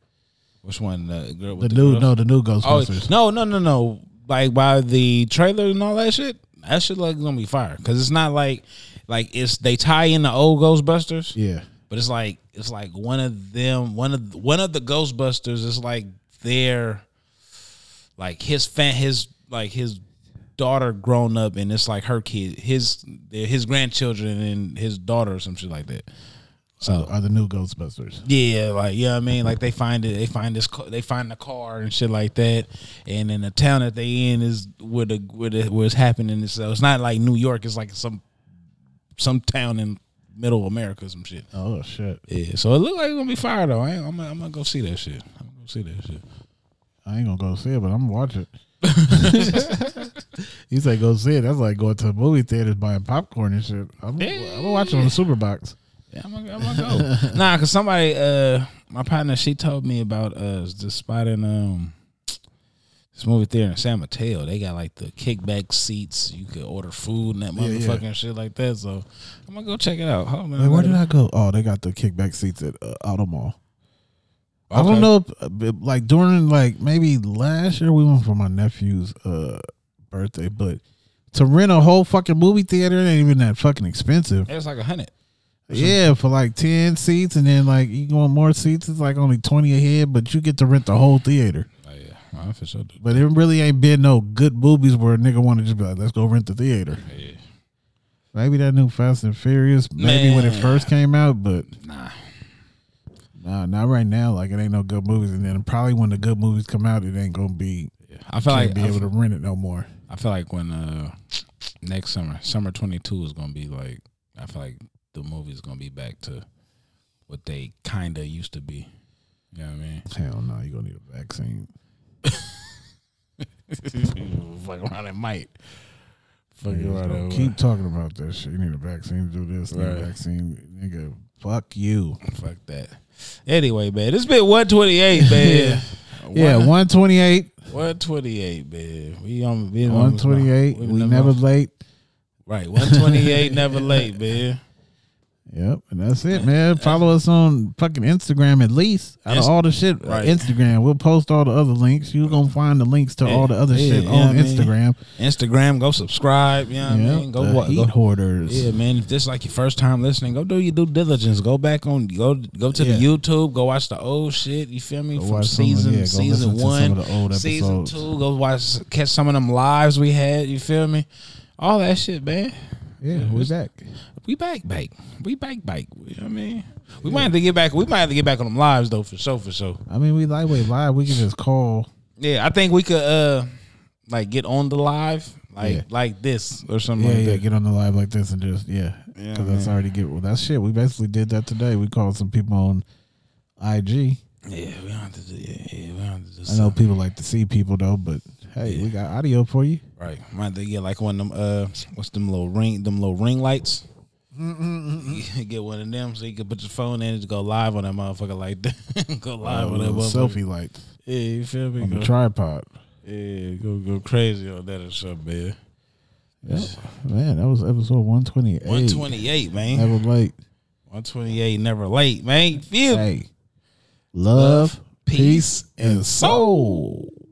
[SPEAKER 2] Which one? The
[SPEAKER 1] The
[SPEAKER 2] girl with the,
[SPEAKER 1] new,
[SPEAKER 2] girls?
[SPEAKER 1] no, the new
[SPEAKER 2] Oh
[SPEAKER 1] Ghostbusters.
[SPEAKER 2] no, no, no, no! Like by the trailer and all that shit, that shit like gonna be fire because it's not like like it's they tie in the old Ghostbusters,
[SPEAKER 1] Yeah,
[SPEAKER 2] but it's like it's like one of them, one of one of the Ghostbusters is like their like his fan, his like his daughter grown up, and it's like her kid, his his grandchildren and his daughter or some shit like that. So
[SPEAKER 1] are the new Ghostbusters.
[SPEAKER 2] yeah, like you know what I mean. Like they find it, they find this, ca- they find the car and shit like that. And then the town that they in is where the where the where it's happening. So it's not like New York. It's like some some town in middle America, or some shit.
[SPEAKER 1] Oh shit!
[SPEAKER 2] Yeah. So it look like it's gonna be fire though. I ain't, I'm gonna, I'm gonna go see that shit. I'm gonna go Go see that shit.
[SPEAKER 1] I ain't gonna go see it, but I'm gonna watch [LAUGHS] it. he said, "Go see it." That's like going to the movie theaters buying popcorn and shit. I'm, I'm gonna watch it on the super box.
[SPEAKER 2] Yeah, I'm gonna, I'm gonna
[SPEAKER 1] [LAUGHS]
[SPEAKER 2] go. nah, cause somebody, uh, my partner, she told me about uh the spot in um this movie theater in San Mateo. They got like the kickback seats. You could order food and that
[SPEAKER 1] Yeah, yeah.
[SPEAKER 2] motherfucking shit like that. So I'm gonna go check it out. Hold on,
[SPEAKER 1] Like, where
[SPEAKER 2] wait a
[SPEAKER 1] did I go? Oh, they got the kickback seats at uh, Auto Mall. I
[SPEAKER 2] Okay.
[SPEAKER 1] don't know. If, uh, b- like during like maybe last year, we went for my nephew's uh birthday, but to rent a whole fucking movie theater it ain't even that fucking expensive.
[SPEAKER 2] It's like a hundred.
[SPEAKER 1] Yeah, for like ten seats, and then like you want more seats, it's like only twenty a head, but you get to rent the whole theater.
[SPEAKER 2] Oh yeah, I for sure. do.
[SPEAKER 1] But it really ain't been no good movies where a nigga want to just be like, let's go rent the theater.
[SPEAKER 2] Yeah.
[SPEAKER 1] Maybe that new Fast and Furious, maybe when it
[SPEAKER 2] Man.
[SPEAKER 1] first came out, but
[SPEAKER 2] Nah.
[SPEAKER 1] nah, not right now. Like it ain't no good movies, and then probably when the good movies come out, it ain't gonna be
[SPEAKER 2] I feel
[SPEAKER 1] can't
[SPEAKER 2] like
[SPEAKER 1] be
[SPEAKER 2] I,
[SPEAKER 1] able
[SPEAKER 2] f-
[SPEAKER 1] to rent it no more.
[SPEAKER 2] I feel like when uh next summer, summer twenty two is gonna be like I feel like the movie's gonna be back to what they kinda used to be. You know what I mean?
[SPEAKER 1] Hell no, you gonna need a vaccine.
[SPEAKER 2] Fuck around, it might. Fuck
[SPEAKER 1] Niggas
[SPEAKER 2] around,
[SPEAKER 1] gonna
[SPEAKER 2] it
[SPEAKER 1] keep talking about that shit. You need a vaccine to do this. Need
[SPEAKER 2] Right.
[SPEAKER 1] a vaccine, nigga. Fuck you.
[SPEAKER 2] might. Fuck that. Anyway, man, this been one
[SPEAKER 1] [LAUGHS]
[SPEAKER 2] twenty eight, man.
[SPEAKER 1] Yeah, one twenty eight.
[SPEAKER 2] one twenty eight, man. We on we on-
[SPEAKER 1] One twenty eight.
[SPEAKER 2] we
[SPEAKER 1] We never late.
[SPEAKER 2] right. One twenty eight,
[SPEAKER 1] [LAUGHS]
[SPEAKER 2] never late, man.
[SPEAKER 1] Yep, and that's it, man. Follow us on fucking Instagram at least. Out
[SPEAKER 2] Inst-
[SPEAKER 1] of all the shit, uh,
[SPEAKER 2] right. Uh,
[SPEAKER 1] Instagram. We'll post all the other links. You're gonna find the links to all the other
[SPEAKER 2] Yeah,
[SPEAKER 1] shit
[SPEAKER 2] yeah, I
[SPEAKER 1] on
[SPEAKER 2] mean,
[SPEAKER 1] Instagram.
[SPEAKER 2] Instagram, go subscribe. You know what I
[SPEAKER 1] yeah,
[SPEAKER 2] mean? Go
[SPEAKER 1] the
[SPEAKER 2] what?
[SPEAKER 1] heat
[SPEAKER 2] Go,
[SPEAKER 1] hoarders.
[SPEAKER 2] Yeah, man. If this like your first time listening, go do your due diligence. Go back on go go to the
[SPEAKER 1] Yeah.
[SPEAKER 2] YouTube. Go watch the old shit. You feel me?
[SPEAKER 1] Go
[SPEAKER 2] From
[SPEAKER 1] watch some of-
[SPEAKER 2] season
[SPEAKER 1] yeah, go listen
[SPEAKER 2] season
[SPEAKER 1] to some
[SPEAKER 2] one,
[SPEAKER 1] of the old
[SPEAKER 2] season
[SPEAKER 1] episodes.
[SPEAKER 2] two. Go watch catch some of them lives we had. You feel me? All that shit, man.
[SPEAKER 1] Yeah, we're back.
[SPEAKER 2] We back, back. We back, back. You know what I mean? We might have to get back. We might have to get back on them lives though, for sure, for sure.
[SPEAKER 1] I mean, we lightweight live. We can just call.
[SPEAKER 2] Yeah, I think we could uh like get on the live like
[SPEAKER 1] Yeah.
[SPEAKER 2] like this or something
[SPEAKER 1] Yeah,
[SPEAKER 2] like
[SPEAKER 1] yeah.
[SPEAKER 2] that.
[SPEAKER 1] Get on the live like this and just yeah,
[SPEAKER 2] Yeah,
[SPEAKER 1] because that's already get well. That's shit. We basically did that today. We called some people on IG.
[SPEAKER 2] Yeah, we don't have to do. Yeah, yeah, we don't have to do.
[SPEAKER 1] I know people like to see people though, but hey, we got audio for you.
[SPEAKER 2] Right. Might they get like one of them uh what's them little ring them little ring lights?
[SPEAKER 1] Mm-hmm.
[SPEAKER 2] [LAUGHS] get one of them so you can put your phone in and just go live on that motherfucker like that. [LAUGHS] go live on that
[SPEAKER 1] Little
[SPEAKER 2] motherfucker.
[SPEAKER 1] Uh, selfie light
[SPEAKER 2] Yeah, you feel me?
[SPEAKER 1] on the
[SPEAKER 2] Go,
[SPEAKER 1] tripod.
[SPEAKER 2] yeah, go go crazy on that or something, man.
[SPEAKER 1] Yep. Man, that was episode 128.
[SPEAKER 2] One twenty eight, man.
[SPEAKER 1] Never late.
[SPEAKER 2] One twenty eight, never late, man. Feel me?
[SPEAKER 1] Hey, love,
[SPEAKER 2] peace,
[SPEAKER 1] peace, and soul.